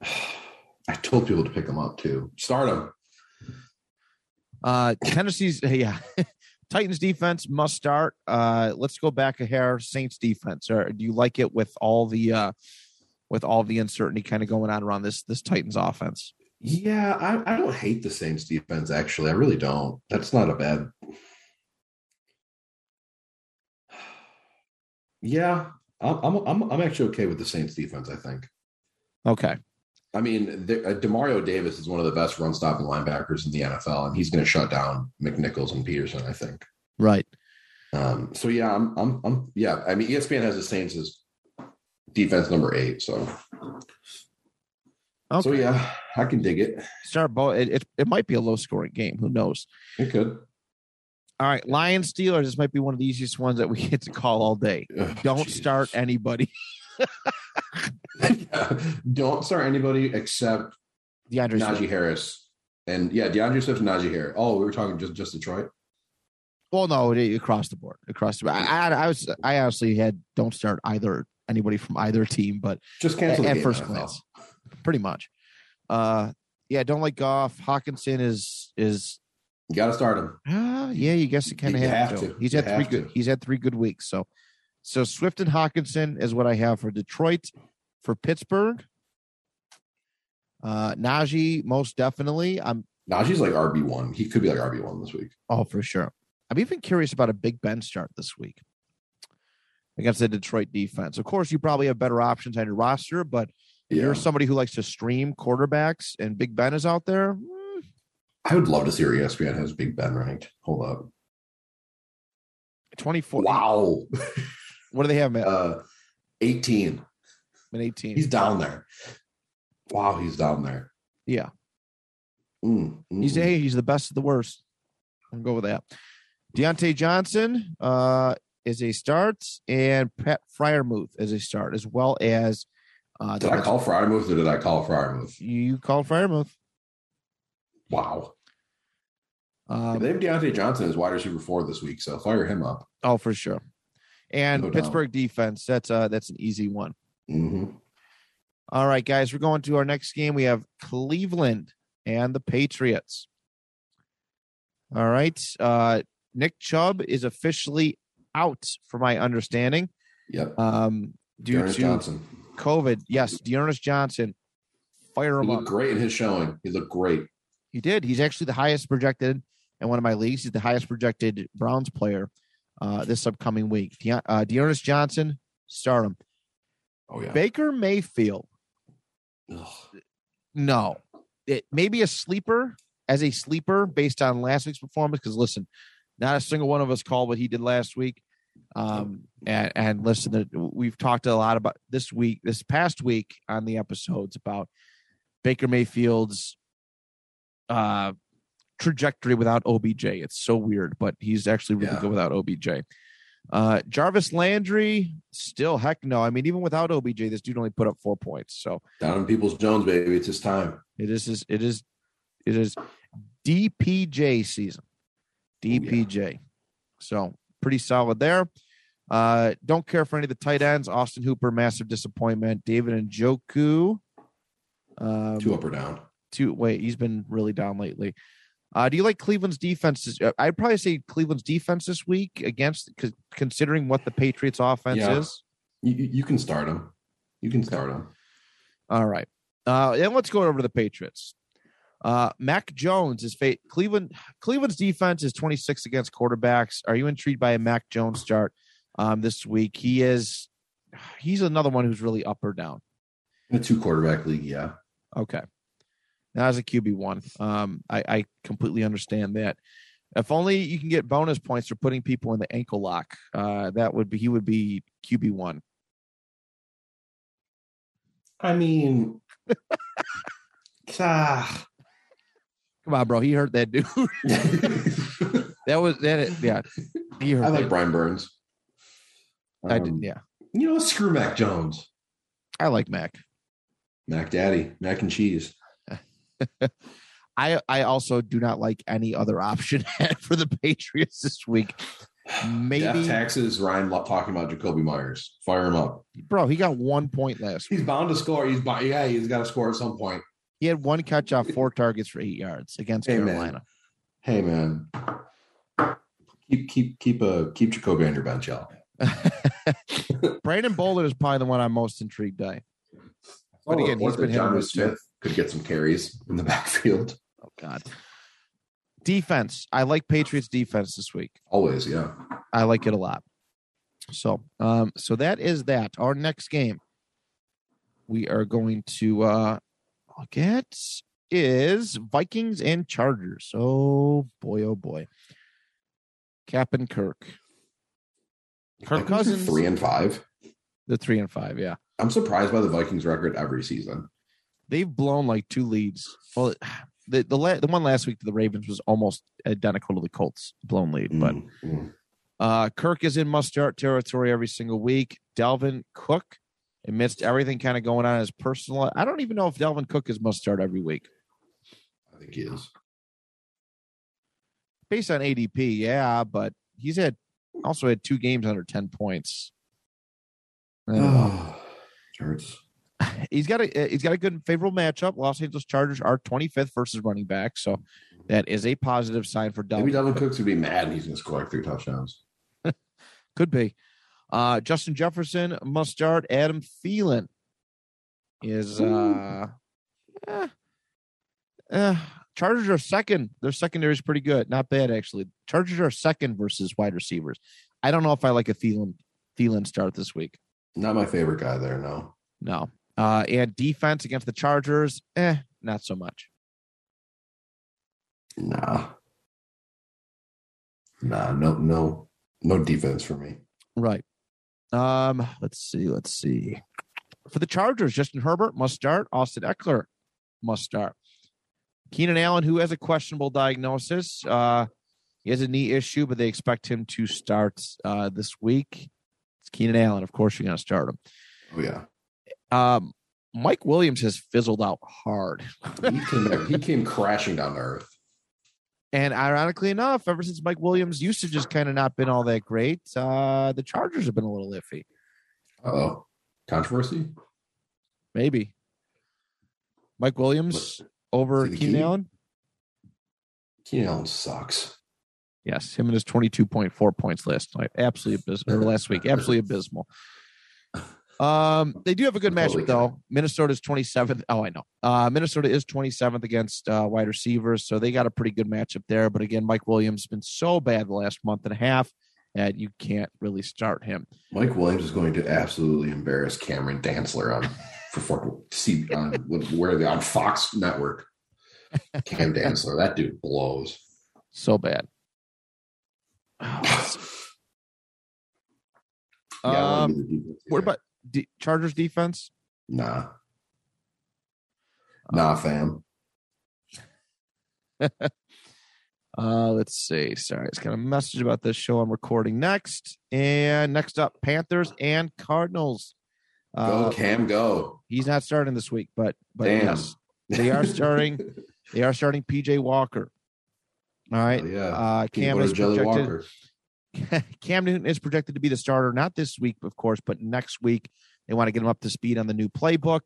I told people to pick him up too. Start him.
Uh, Tennessee's, yeah, Titans defense must start. Uh, let's go back a hair Saints defense. Or do you like it with all the, uh, with all the uncertainty kind of going on around this, this Titans offense?
Yeah, I, I don't hate the Saints defense, actually. I really don't. That's not a bad. Yeah, I'm, I'm, I'm, I'm actually okay with the Saints defense, I think.
Okay.
I mean, the, uh, Demario Davis is one of the best run stopping linebackers in the NFL, and he's going to shut down McNichols and Peterson, I think.
Right.
Um, so yeah, I'm, I'm, I'm, yeah. I mean, E ESPN has the Saints as defense number eight, so
Okay.
so yeah, I can dig it.
Start both. It, it, it might be a low scoring game. Who knows?
It could.
All right. Lions Steelers. This might be one of the easiest ones that we get to call all day.
Ugh,
Don't
Jesus.
start anybody.
Yeah. Don't start anybody except
DeAndre
Najee
Swift.
Harris. And yeah, DeAndre Swift, Najee Harris. Oh, we were talking just just Detroit.
Well, no, it- across the board. Across the board. I, I, I was. I honestly had don't start either anybody from either team, but
Just
at,
cancel the
at
game,
first
NFL.
glance, pretty much. Uh, yeah. Don't like Goff. Hawkinson is is.
You got to start him.
Uh, yeah, you guess it kind of
You
have,
have
to.
to.
He's
You
had three
have
good.
to.
He's had three good weeks. So, so Swift and Hawkinson is what I have for Detroit, for Pittsburgh. Uh, Najee, most definitely. I'm
Najee's like RB one. He could be like RB one this week.
oh for sure. I'm even curious about a Big Ben start this week against the Detroit defense. Of course, you probably have better options on your roster, but if
Yeah,
you're somebody who likes to stream quarterbacks, and Big Ben is out there. mm,
I would love to see E where ESPN has Big Ben ranked. Hold up.
24.
Wow,
What do they have him at?
uh, eighteen.
An 18.
He's down there. Wow, he's down there.
yeah.
Mm, mm,
He's
mm.
hey, he's the best of the worst. I'll go with that. Deontay Johnson uh, is a start, and Pat Fryermuth is a start, as well as uh,
Did I call Fryermuth or did I call Fryermuth?
you called Fryermuth.
Wow.
Um,
they have Deontay Johnson as wide receiver four this week, so fire him up.
oh, for sure. And
No doubt.
Pittsburgh defense. That's uh, that's an easy one.
hmm
Mm-hmm. All right, guys, we're going to our next game. We have Cleveland and the Patriots. All right. Uh, Nick Chubb is officially out, for my understanding,
Yep.
um, due
Dearness
to
Johnson.
COVID. Yes, Dearness Johnson. Fire
He
him
looked
up.
great in his showing. He looked great.
He did. He's actually the highest projected in one of my leagues. He's the highest projected Browns player uh, this upcoming week. De- uh, Dearness Johnson, start him.
Oh yeah.
Baker Mayfield.
Ugh.
No, it maybe a sleeper as a sleeper based on last week's performance. Because listen, not a single one of us called what he did last week. Um, and, and listen, to, we've talked a lot about this week, this past week on the episodes about Baker Mayfield's uh trajectory without OBJ. It's so weird, but he's actually really
Yeah.
good without OBJ. Uh Jarvis Landry, still heck no. I mean, even without OBJ, this dude only put up four points. So
Down in Peoples Jones, baby. It's his time.
it is his- it is it is DPJ season. DPJ. So pretty solid there. Uh don't care for any of the tight ends. Austin Hooper, massive disappointment. David and Joku. Um,
Two up or down.
two wait, he's been really down lately. Uh, do you like Cleveland's defense? this- uh, I'd probably say Cleveland's defense this week against c- considering what the Patriots offense
Yeah.
is.
You, you you can start him. You can start him.
All right. Uh, and let's go over to the Patriots. Uh, Mac Jones is fa- Cleveland. Cleveland's defense is 26 against quarterbacks. Are you intrigued by a Mac Jones start um, this week? He is. He's another one who's really up or down.
In a two quarterback league, yeah.
Okay. Now as a QB one, um, I, I completely understand that. If only you can get bonus points for putting people in the ankle lock. Uh, that would be he would be QB one.
I mean, ah,
Come on, bro. He hurt that dude. that was that. Yeah, he hurt.
I like
that.
Brian Burns.
I did.
Um,
Yeah,
You know, screw Mac Jones,
I like Mac.
Mac Daddy, Mac and Cheese.
I I also do not like any other option for the Patriots this week.
Death
Maybe,
taxes. Ryan lo- talking about Jacoby Myers. Fire him up.
bro. He got one point last.
He's bound to score. He's bo- yeah. He's got to score at some point.
He had one catch off four targets for eight yards against
Hey, man.
Carolina.
Hey man, keep keep keep a keep Jacoby on your bench, y'all.
Brandon Bolden is probably the one I'm most intrigued by. But
Oh,
again,
what
he's been
if
hit or
Jonnu
miss, too.
Smith could get some carries in the backfield.
Oh God. Defense. I like Patriots defense this week.
Always, yeah.
I like it a lot. So, um, so that is that. Our next game, we are going to uh, look at is Vikings and Chargers. Oh boy, oh boy. Cap and Kirk, Kirk
Vikings are
Cousins.
three and five.
the three and five. Yeah,
I'm surprised by the Vikings record every season.
they've blown like two leads. Well, the the la- the one last week to the Ravens was almost identical to the Colts blown lead, but
Mm, mm.
Uh, Kirk is in must start territory every single week. Delvin Cook, amidst everything kind of going on in his personal life, I don't even know if Delvin Cook is must start every week.
I think he is.
Based on ADP, yeah, but he's had also had two games under 10 points. I don't know.
Hurts.
Uh, he's got a he's got a good favorable matchup. Los Angeles Chargers are 25th versus running back, so that is a positive sign for Delvin.
Maybe Dalvin Cook's gonna be mad and he's gonna score like three touchdowns.
Could be. Uh, Justin Jefferson must start. Adam Thielen is uh, eh, eh. Chargers are second. Their secondary is pretty good. Not bad actually. Chargers are second versus wide receivers. I don't know if I like a Thielen Thielen start this week.
Not my favorite guy there, no.
No. Uh, and defense against the Chargers, eh, not so much.
Nah. Nah, no, no, no defense for me.
Right. Um, let's see, let's see. For the Chargers, Justin Herbert must start. Austin Eckler must start. Keenan Allen, who has a questionable diagnosis, uh, he has a knee issue, but they expect him to start uh, this week. It's Keenan Allen, of course, you're going to start him.
Oh yeah.
Um, Mike Williams has fizzled out hard,
He came back, he came crashing down to earth.
and ironically enough, ever since Mike Williams' usage has kind of not been all that great, uh, the Chargers have been a little iffy.
Oh. Controversy?
Maybe. Mike Williams over
Is he the
Keenan
key?
Allen?
Keenan Allen sucks.
Yes, him and his 22.4 points last night. Absolutely abysmal. Or last week, absolutely abysmal. Um, they do have a good
Holy
matchup,
cow.
though. Minnesota's 27th. Oh, I know. Uh, Minnesota is 27th against uh, wide receivers, so they got a pretty good matchup there. But again, Mike Williams has been so bad the last month and a half that you can't really start him.
Mike Williams is going to absolutely embarrass Cameron Dantzler on for fucking see on what- where are they on Fox Network. Cam Dantzler, that dude blows.
So bad.
Yeah, I wanna
Um,
be the defense
what
either.
about Uh, D- Chargers defense?
Nah. Nah, fam.
Uh, let's see. Sorry, it's got a message about this show I'm recording next. And next up, Panthers and Cardinals.
Go
Uh,
Cam, go.
he's not starting this week, but but
Damn.
yes, they are starting. they are starting PJ Walker. All right.
Hell Oh, yeah.
Uh,
Peanut
Cam
butter
is
Jelly
projected.
Walker.
Cam Newton is projected to be the starter, not this week, of course, but next week. They want to get him up to speed on the new playbook,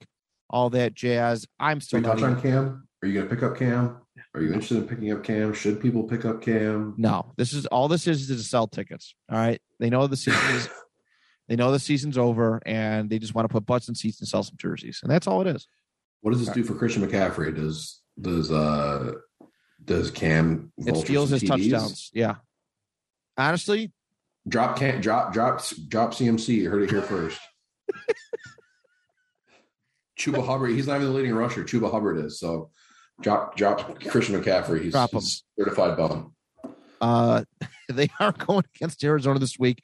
all that jazz. I'm
Should
still
we
not.
touch
Even,
on Cam? Are you going to pick up Cam? Are you interested in picking up Cam? Should people pick up Cam?
no, this is all. This is is to sell tickets. All right. They know the season is They know the season's over and they just want to put butts in seats and sell some jerseys. And that's all it is.
What does this do for Christian McCaffrey? Does does uh does Cam
It
vulture
steals
some
his
TDs?
touchdowns. Yeah. Honestly,
Drop Cam, drop drop drop CMC. You heard it here first. Chuba Hubbard, he's not even the leading rusher. Chuba Hubbard is so. Drop drop Christian McCaffrey. He's,
Drop him.
he's certified bum.
uh they are going against Arizona this week,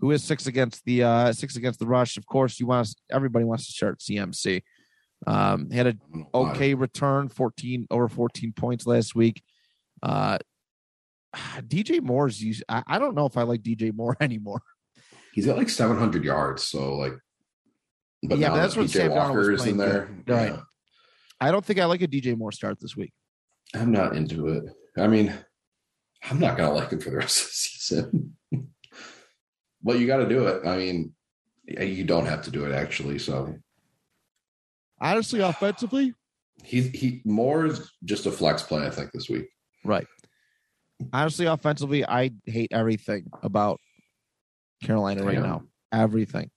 who is six against the uh six against the rush. Of course, you want to, everybody wants to start CMC. Um, had a
I don't know why.
okay return, 14 over 14 points last week. Uh, DJ Moore's, use- I, I don't know if I like DJ Moore anymore.
He's got like 700 yards. So like, but
Yeah,
now
but that's when
PJ
Sam Darnold was
Walker is in there.
playing, too. Right.
Yeah.
I don't think I like a DJ Moore start this week.
I'm not into it. I mean, I'm not gonna like him for the rest of the season. but you got to do it. I mean, you don't have to do it actually. So
Honestly, offensively,
he he more is just a flex play. I think this week.
right. Honestly, offensively, I hate everything about Carolina right
Yeah.
now. Everything.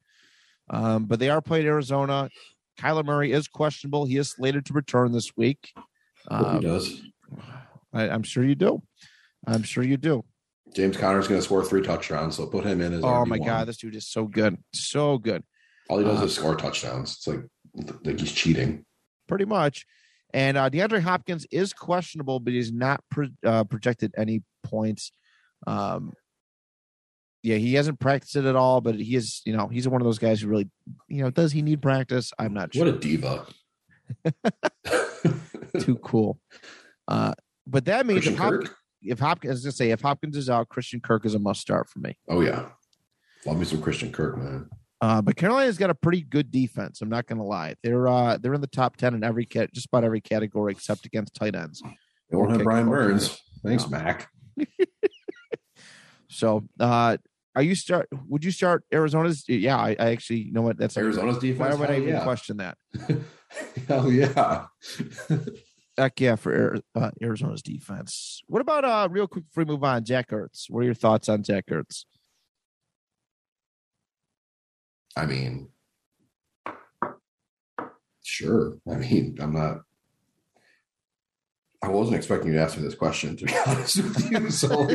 Um, but they are playing Arizona. Kyler Murray is questionable. He is slated to return this week.
Hope he
Um,
does.
I, I'm sure you do. I'm sure you do.
James Conner's going to score three touchdowns, so put him in as.
Oh
RB1.
my god, this dude is so good, so good,
All he does
Uh,
is score touchdowns. It's like like he's cheating.
pretty much. And uh, DeAndre Hopkins is questionable, but he's not pro- uh, projected any points. Um, yeah, he hasn't practiced it at all, but he is, you know, he's one of those guys who really, you know, does he need practice? I'm not sure.
What a diva.
Too cool. Uh, but that means
Christian
if, Hop-
Kirk?
if Hopkins, I was gonna say, if Hopkins is out, Christian Kirk is a must start for me.
Oh yeah, love me some Christian Kirk, man.
Uh, but Carolina's got a pretty good defense. I'm not going to lie. They're uh, they're in the top ten in every cat, just about every category except against tight ends.
They won't have
Okay,
Brian
okay.
Burns. Thanks, Mac.
So, uh, are you start? Would you start Arizona's? Yeah, I, I actually you know what that's
Arizona's
Why
defense.
would I
Hell
even
yeah. question?
question that?
Hell yeah.
Heck yeah, for Ari- uh, Arizona's defense. What about uh, real quick before we move on? Jack Ertz. What are your thoughts on Jack Ertz?
I mean, sure. I mean, I'm not. I wasn't expecting you to ask me this question, to be honest with you. So,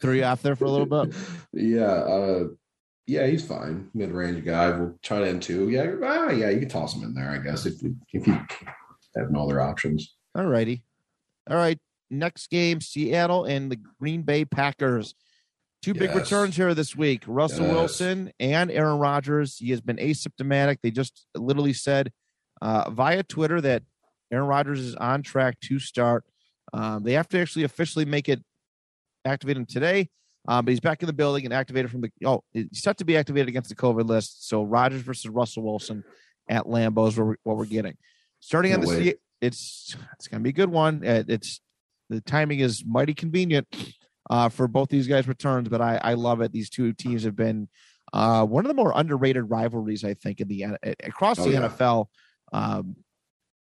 Threw you off there for a little bit.
yeah, uh, yeah, he's fine. Mid range guy. We'll try to end two. Yeah, ah, yeah, you can toss him in there, I guess, if you, if you have no other options.
All righty. All right. Next game, Seattle and the Green Bay Packers. Two big
Yes.
returns here this week. Russell
Yes.
Wilson and Aaron Rodgers. He has been asymptomatic. They just literally said uh, via Twitter that Aaron Rodgers is on track to start. Um, they have to actually officially make it activate him today. Um, but he's back in the building and activated from the oh, he's set to be activated against the COVID list. So Rodgers versus Russell Wilson at Lambeau is what we're, what we're getting. Starting on the
Can't
Se-
wait.
it's it's gonna be a good one. Uh, It's the timing is mighty convenient uh, for both these guys' returns, but I I love it. These two teams have been uh, one of the more underrated rivalries I think in the N- across
Oh,
the
yeah.
NFL. Um,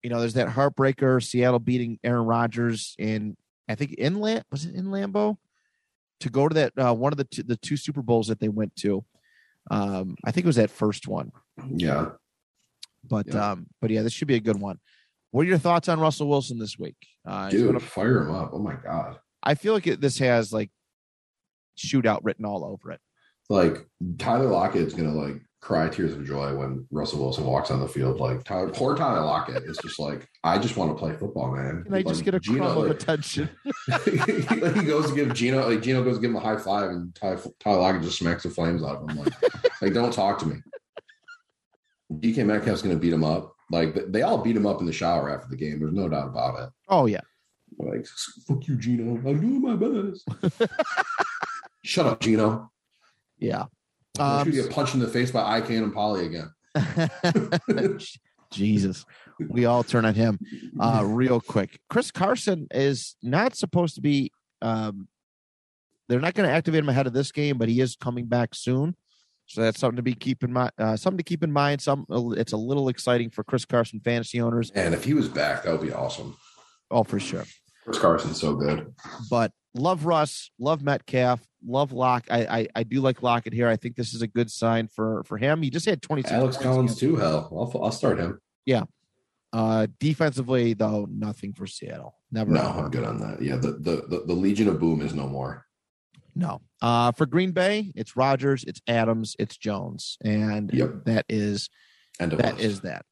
you know, there's that heartbreaker Seattle beating Aaron Rodgers in I think in Lam- was it in Lambeau to go to that uh, one of the two, the two Super Bowls that they went to. Um, I think it was that first one,
Yeah.
but
Yeah.
um, but yeah, this should be a good one. What are your thoughts on Russell Wilson this week? Uh, he's
Dude,
gonna-
fire him up. Oh my God.
I feel like it, this has like shootout written all over it.
like Tyler Lockett's gonna like cry tears of joy when Russell Wilson walks on the field. Like Tyler, poor Tyler Lockett is just like, I just want to play football, man.
Can I just
Like,
get a
Geno,
crumb of
like-
attention?
like, he goes to give Gino, like Gino goes to give him a high five, and Ty, Tyler Lockett just smacks the flames out of him. Like, like don't talk to me. DK Metcalf's gonna beat him up. Like they all beat him up in the shower after the game. There's no doubt about it.
Oh yeah,
Like fuck you, Gino. I'm doing my best. Shut up, Gino.
yeah.
Um,
Um,
you get punched in the face by Ican and Polly again.
Um, Jesus, we all turn on him uh, real quick. Chris Carson is not supposed to be. Um, they're not going to activate him ahead of this game, but he is coming back soon, so that's something to be keep in mind. Uh, something to keep in mind. Some it's a little exciting for Chris Carson fantasy owners.
And if he was back, that would be awesome.
Oh, for sure.
Chris Carson's so good.
but love Russ, love Metcalf, love Lock. I, I I do like Lockett here. I think this is a good sign for for him. He just had 26
Alex
points
Collins too. Hell, I'll, I'll start him.
Uh, defensively though, nothing for Seattle. Never.
No, I'm good on that. Yeah, the the the, the Legion of Boom is no more.
No. Uh, for Green Bay, it's Rogers, it's Adams, it's Jones, and
Yep.
that is
End of
that
list.
is that.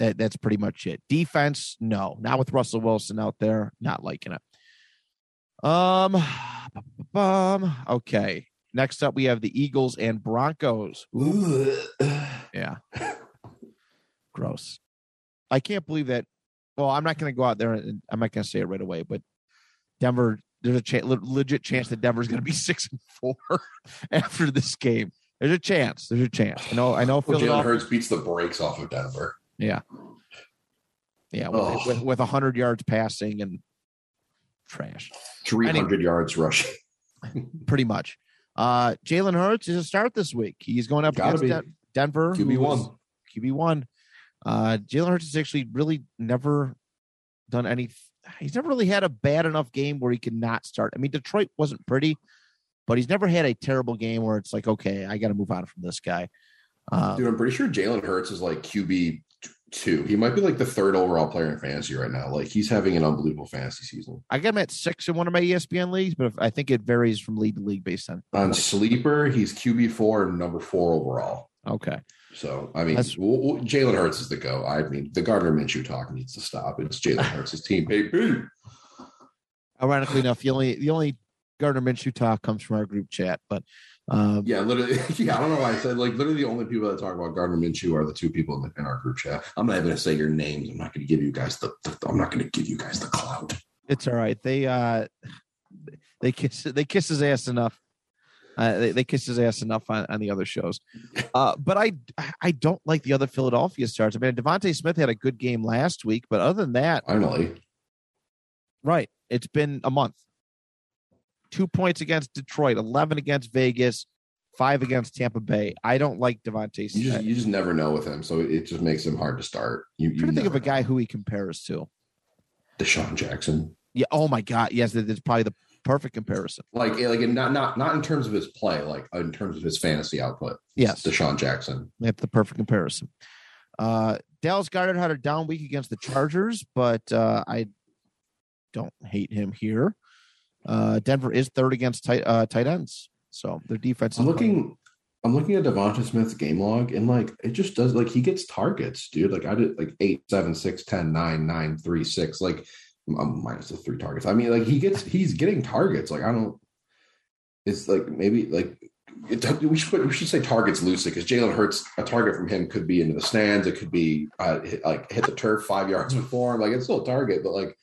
That that's pretty much it. Defense, no, not with Russell Wilson out there, not liking it. Um, bum. okay. Next up, we have the Eagles and Broncos.
Ooh.
Yeah. Gross. I can't believe that. Well, I'm not going to go out there and I'm not going to say it right away, but Denver, there's a cha- le- legit chance that Denver's going to be six and four after this game. There's a chance. There's a chance. I know. I know.
Well, Jalen
Philadelphia.
Hurts beats the brakes off of Denver.
Yeah, with,
Oh.
with, with 100 yards passing and trash,
300 yards rushing.
pretty much. Uh, Jalen Hurts is a start this week. He's going up
Gotta
against
be.
Den- Denver. who
QB
is-
one.
QB one. Uh, Jalen Hurts has actually really never done any. He's never really had a bad enough game where he could not start. I mean, Detroit wasn't pretty, but he's never had a terrible game where it's like, okay, I got to move on from this guy. Uh,
Dude, I'm pretty sure Jalen Hurts is like QB two. He might be like the third overall player in fantasy right now. Like he's having an unbelievable fantasy season.
I got him at six in one of my E ESPN leagues, but if, I think it varies from league to league based on.
On sleeper, he's QB four and number four overall.
Okay,
So I mean,
That's-
w- w- Jalen Hurts is the go. I mean, the Gardner Minshew talk needs to stop. It's Jalen Hurts' team, baby.
ironically enough, the only the only Gardner Minshew talk comes from our group chat, but um,
Yeah, literally. Yeah, I don't know why I said like literally the only people that talk about Gardner Minshew are the two people in, the, in our group chat. I'm not even going to say your names. I'm not going to give you guys the. the I'm not going to give you guys the clout.
It's all right. They uh they kiss they kiss his ass enough. Uh, they, they kiss his ass enough on, on the other shows. Uh, but I I don't like the other Philadelphia stars. I mean, Devontae Smith had a good game last week, but other than that,
Finally,
right, it's been a month. Two points against Detroit, eleven against Vegas, five against Tampa Bay. I don't like Devontae
you just
Smith.
you just never know with him, so it, it just makes him hard to start. You,
I'm
you
trying to think of a
never
guy who he compares to.
know. Deshaun Jackson,
Yeah. Oh my God. Yes, that is probably the perfect comparison.
like eh, like and not not not in terms of his play, like in terms of his fantasy output.
Yes.
Deshaun Jackson.
That's the perfect comparison. Uh, Dallas Goddard had a down week against the Chargers, but uh, I don't hate him here. Uh, Denver is third against tight, uh, tight ends, so their defense is
I'm looking. I'm looking at Devonta Smith's game log, and like it just does. Like he gets targets, dude. Like I did, like eight, seven, six, ten, nine, nine, three, six. Like um, minus the three targets. I mean, like he gets, he's getting targets. Like I don't. It's like maybe like it, we should put, we should say targets loosely because Jalen Hurts a target from him could be into the stands. It could be uh, hit, like hit the turf five yards before him. Like it's still a target, but like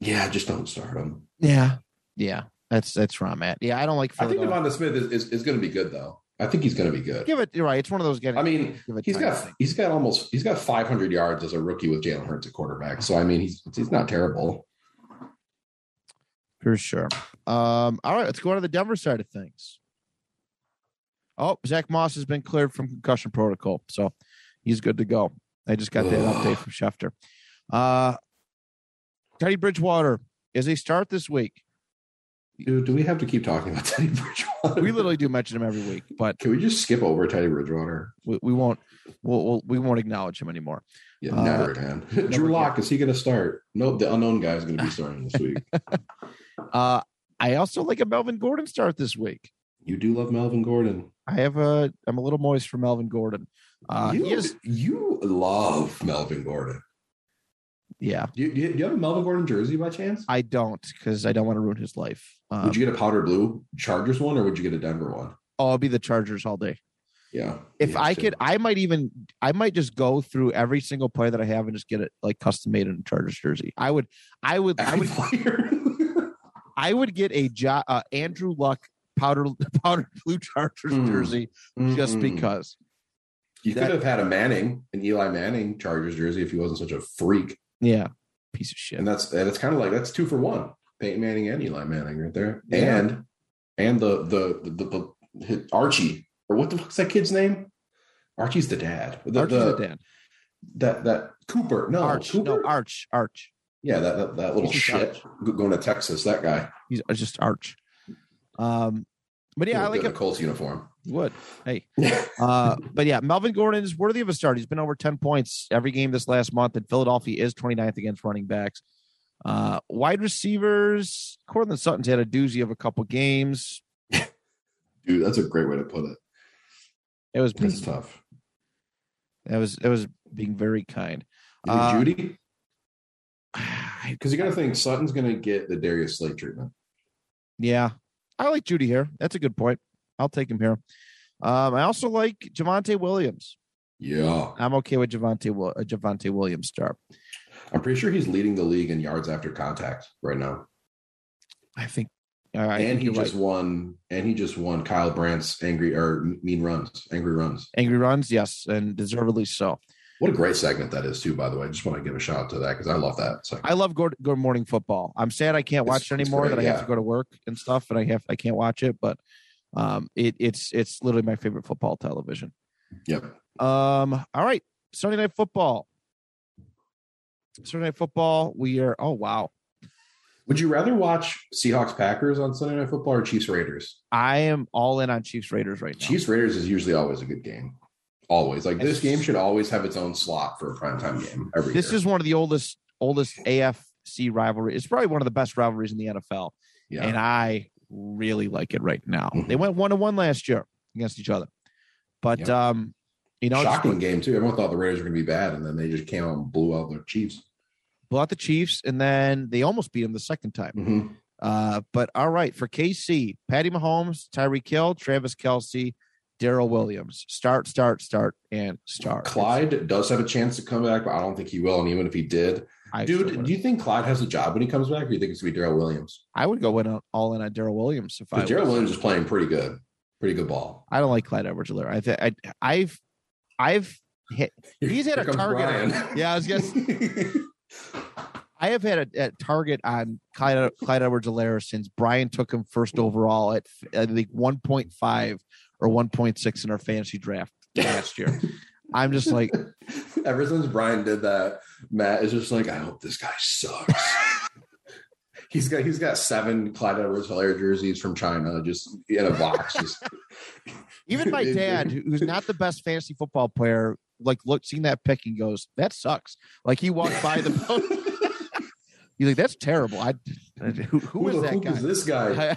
yeah, just don't start him.
yeah, yeah. That's that's where I'm at. Yeah, I don't like.
I think
Philadelphia.
Devonta Smith is, is, is going to be good though. I think he's going to be good.
give it. You're right. It's one of those getting.
I mean,
give it
He's
time, I
got
think.
he's got almost he's got 500 yards as a rookie with Jalen Hurts at quarterback. So I mean, he's he's not terrible.
for sure. Um, all right, let's go on to the Denver side of things. Oh, Zach Moss has been cleared from concussion protocol, so he's good to go. I just got that update from Schefter. Uh, Teddy Bridgewater is a start this week.
Dude, do we have to keep talking about Teddy Bridgewater?
We literally do mention him every week, but
Can we just skip over Teddy Bridgewater?
we, we won't. We'll, we'll, we won't acknowledge him anymore.
Yeah,
Uh,
never, man. Drew Lock is he going to start? Nope, the unknown guy is going to be starting this week.
Uh, I also like a Melvin Gordon start this week.
you do love Melvin Gordon.
I have a. I'm a little moist for Melvin Gordon. Uh,
you,
he is.
you love Melvin Gordon.
Yeah,
Do you, do you- do you have a Melvin Gordon jersey by chance?
I don't because I don't want to ruin his life. Um,
would you get a powder blue Chargers one or would you get a Denver one?
Oh, I'll be the Chargers all day.
Yeah.
If
Yeah,
I
sure.
could, I might even, I might just go through every single player that I have and just get it like custom made in a Chargers jersey. I would, I would, I
Every
would,
player.
I would get a jo- uh, Andrew Luck powder powder blue Chargers
Hmm.
jersey just
Mm-mm.
because.
Mm-hmm. you
that-
could have had a Manning, an Eli Manning Chargers jersey if he wasn't such a freak.
Yeah, piece of shit.
And that's and that's kind of like that's two for one. Peyton Manning and Eli Manning right there.
Yeah.
And and the the the, the, the- Archie or what the fuck's that kid's name? Archie's the dad. The,
Arch
the-
is a dad.
That that Cooper. No,
Arch,
Cooper.
no Arch, Arch.
yeah, that that, that little
He's just
shit go- going to Texas. That guy.
He's uh, just Arch. Um, but yeah, I
Little
like
bit of
it.
Colts uniform.
Would hey,
yeah,
Uh, but yeah, Melvin Gordon is worthy of a start. He's been over 10 points every game this last month, and Philadelphia is 29th against running backs. Uh, wide receivers, Cortland Sutton's had a doozy of a couple games.
dude, that's a great way to put it.
It was
That's tough.
it was it was being very kind.
You think
Uh,
Judy, because you got to think Sutton's going to get the Darius Slate treatment.
Yeah. I like Judy here. That's a good point. I'll take him here. Um, I also like Javante Williams.
Yeah.
I'm okay with Javante Wil- uh, Javante Williams start.
I'm pretty sure he's leading the league in yards after contact right now.
I think. All right,
and he
you're
just
right.
won and he just won Kyle Brandt's angry or mean runs, angry runs.
angry runs, yes, and deservedly so.
What a great segment that is too, by the way. I just want to give a shout out to that because I love that. segment.
I love good, good morning football. I'm sad I can't watch
It's-
it
it's
anymore.
great,
that I have
yeah.
to go to work and stuff, and I have I can't watch it. But um, it it's it's literally my favorite football television.
yep.
Um, all right, Sunday night football. Sunday night football. We are. Oh wow,
Would you rather watch Seahawks Packers on Sunday Night Football or Chiefs Raiders?
I am all in on Chiefs Raiders right now.
Chiefs Raiders is usually always a good game. Always. Like this
It's-
game should always have its own slot for a primetime game every
This
year.
is one of the oldest oldest AFC rivalry. It's probably one of the best rivalries in the NFL.
yeah.
and I really like it right now.
Mhm.
They went one to one last year against each other, but
Yep.
um, you know, it's-
Shocking game too. Everyone thought the Raiders were going to be bad, and then they just came out and blew out their Chiefs.
blew out the Chiefs, and then they almost beat them the second time.
Mhm.
Uh, but all right, for KC, Patty Mahomes, Tyreek Hill, Travis Kelsey, Daryl Williams, start, start, start, and start.
Clyde does have a chance to come back, but I don't think he will. And even if he did,
I still
dude,
would've-
do you think Clyde has a job when he comes back, or do you think it's going to be Daryl Williams?
I would go in on, all in on Daryl Williams if I.
But Daryl
was-
Williams is playing pretty good, pretty good ball.
I don't like Clyde Edwards-Helaire. I think I've, I've, He's had
Here
a
comes
target on-
Brian.
yeah, I was gonna I have had a, a target on Clyde, Clyde Edwards Alaire since Brian took him first overall at I think 1.5 or 1.6 in our fantasy draft last year. I'm just like,
Ever since Brian did that, Matt is just like, I hope this guy sucks. he's got he's got seven Clyde Edwards Hilaire jerseys from China, just in a box. Just
even my dad, who- who's not the best fantasy football player, like look, seeing that pick and goes, that sucks. Like he walked by the post. He's like, that's terrible. I, I- who, who
Who
is
the
that
hoop
guy?
is this guy?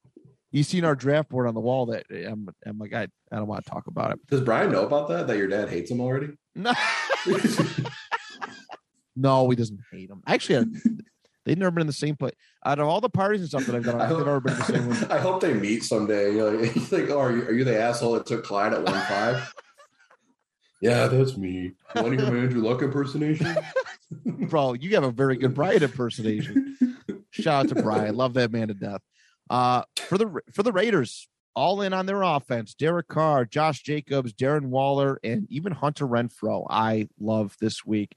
you seen our draft board on the wall that I'm, I'm like, I, I don't want to talk about it.
Does Brian know about that? That your dad hates him already?
No. No, he doesn't hate them. Actually, I, they've never been in the same place. Out of all the parties and stuff that I've done, I
I
don't think I've ever been in the same room.
hope, I hope they meet someday. You're like, you're like, oh, are you, are you the asshole that took Clyde at one five? yeah, that's me. Want to hear my Andrew Luck impersonation?
Bro, you have a very good Brian impersonation. Shout out to Brian. Love that man to death. Uh, for the for the Raiders, all in on their offense. Derek Carr, Josh Jacobs, Darren Waller, and even Hunter Renfro. I love this week.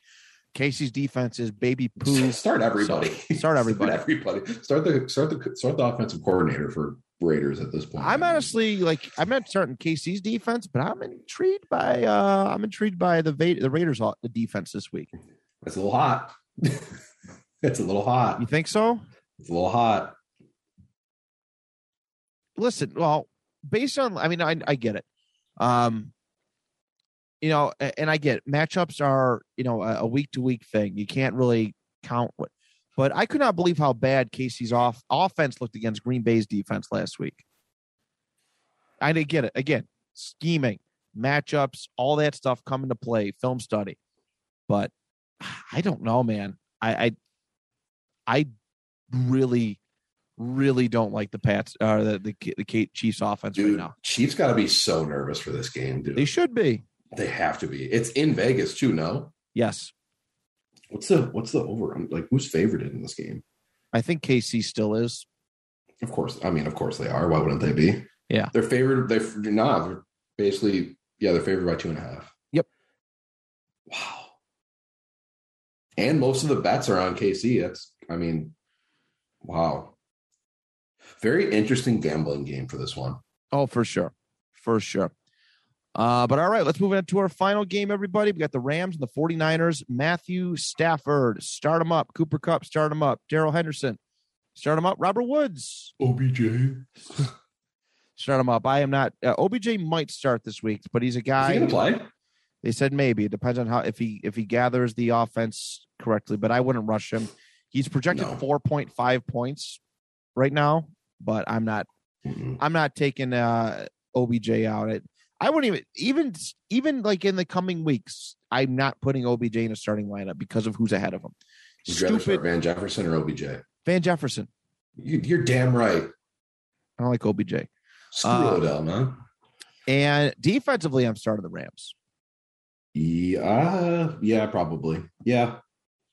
Casey's defense is baby poo.
Start everybody.
Start everybody.
Start everybody. Start the start the start the offensive coordinator for Raiders at this point.
I'm honestly like I'm not starting KC's defense, but I'm intrigued by uh I'm intrigued by the Va- the Raiders o- the defense this week.
It's a little hot. it's a little hot.
You think so?
It's a little hot.
Listen, well, based on I mean I I get it. Um you know, a- and I get it. matchups are, you know, a week to week thing. You can't really count what but I could not believe how bad Casey's off offense looked against Green Bay's defense last week. I didn't get it. Again, scheming, matchups, all that stuff come into play, film study. But I don't know, man. I I, I really, really don't like the Pats or the the, K- the K- Chiefs offense right
Dude,
now.
Chiefs gotta be so nervous for this game, dude.
They should be.
they have to be. It's in Vegas too, no?
Yes,
What's the what's the over? I'm like who's favored in this game?
I think KC still is.
Of course. I mean, of course they are. Why wouldn't they be?
Yeah.
They're favored. They're not. They're basically, yeah, they're favored by two and a half.
Yep.
Wow. And most of the bets are on KC. That's, I mean, wow. Very interesting gambling game for this one.
Oh, for sure. For sure. Uh, but all right, let's move on to our final game, everybody. We got the Rams and the 49ers. Matthew Stafford, start him up. Cooper Cup, start him up. Daryl Henderson, start him up. Robert Woods,
OBJ.
start him up. I am not. Uh, OBJ might start this week, but he's a
Is he
guy.
going to play?
They said maybe. It depends on how if he if he gathers the offense correctly. But I wouldn't rush him. He's projected
No.
4.5 points right now, but I'm not
Mm-mm.
I'm not taking uh OBJ out. It I wouldn't even even even like in the coming weeks, I'm not putting OBJ in a starting lineup because of who's ahead of him.
Would you rather start
Stupid
Van Jefferson or OBJ?
Van Jefferson.
You, you're damn right.
I don't like OBJ.
Screw
Uh,
Odell, man.
And defensively, I'm starting the Rams.
Yeah, uh, yeah, probably. Yeah,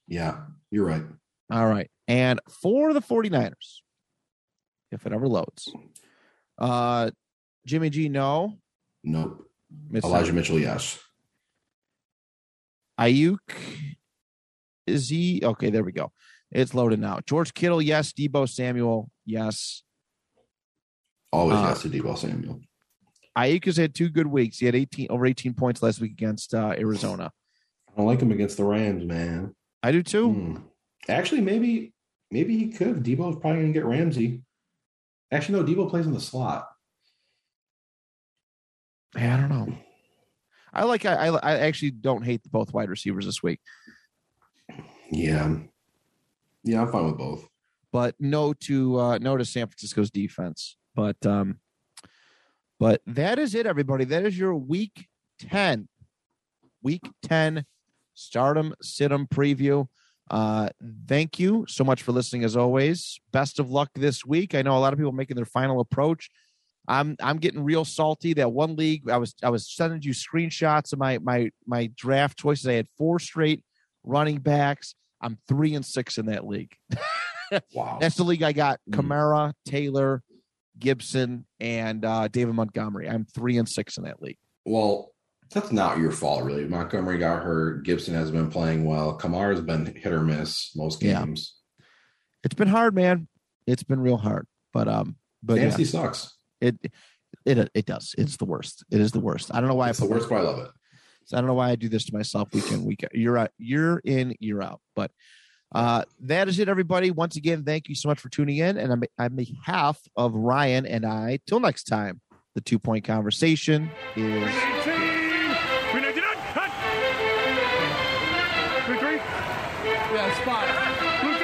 yeah, you're right.
All right. And for the 49ers, if it ever loads, uh, Jimmy G, no.
Nope.
Mr.
Elijah Mitchell, yes.
Ayuk, is he? Okay, there we go. It's loaded now. George Kittle, yes. Debo Samuel, yes.
Always
Uh,
yes to Debo Samuel.
Ayuk has had two good weeks. He had 18 over 18 points last week against uh, Arizona.
I don't like him against the Rams, man.
I do too.
Hmm. Actually, maybe maybe he could. Debo's probably gonna get Ramsey. Actually, no, Debo plays in the slot.
Yeah, I don't know. I like. I, I I actually don't hate both wide receivers this week,
Yeah. Yeah, I'm fine with both.
but no to uh, no to San Francisco's defense. But um, but that is it, everybody. That is your week ten, week ten, Stardom Situm preview. Uh, thank you so much for listening. As always, best of luck this week. I know a lot of people making their final approach. I'm I'm getting real salty. That one league, I was I was sending you screenshots of my my my draft choices. I had four straight running backs. I'm three and six in that league.
Wow.
That's the league I got.
Mm.
Kamara, Taylor, Gibson, and uh, David Montgomery. I'm three and six in that league.
well, that's not your fault, really. Montgomery got hurt. Gibson has been playing well. Kamara's been hit or miss most
Yeah.
games.
It's been hard, man. It's been real hard. But um, but yeah,
Fantasy sucks.
it it it does. It's the worst. It is the worst. I don't know why. I
It's the
put
worst, but I love it.
So I don't know why I do this to myself week in, week out. You're out, you're in, you're out. But uh, that is it, everybody. Once again, thank you so much for tuning in. And on, be- on behalf of Ryan and I, till next time, the two point conversation is.
18, we need to not, hut. Victory,
Yeah, spot.
blue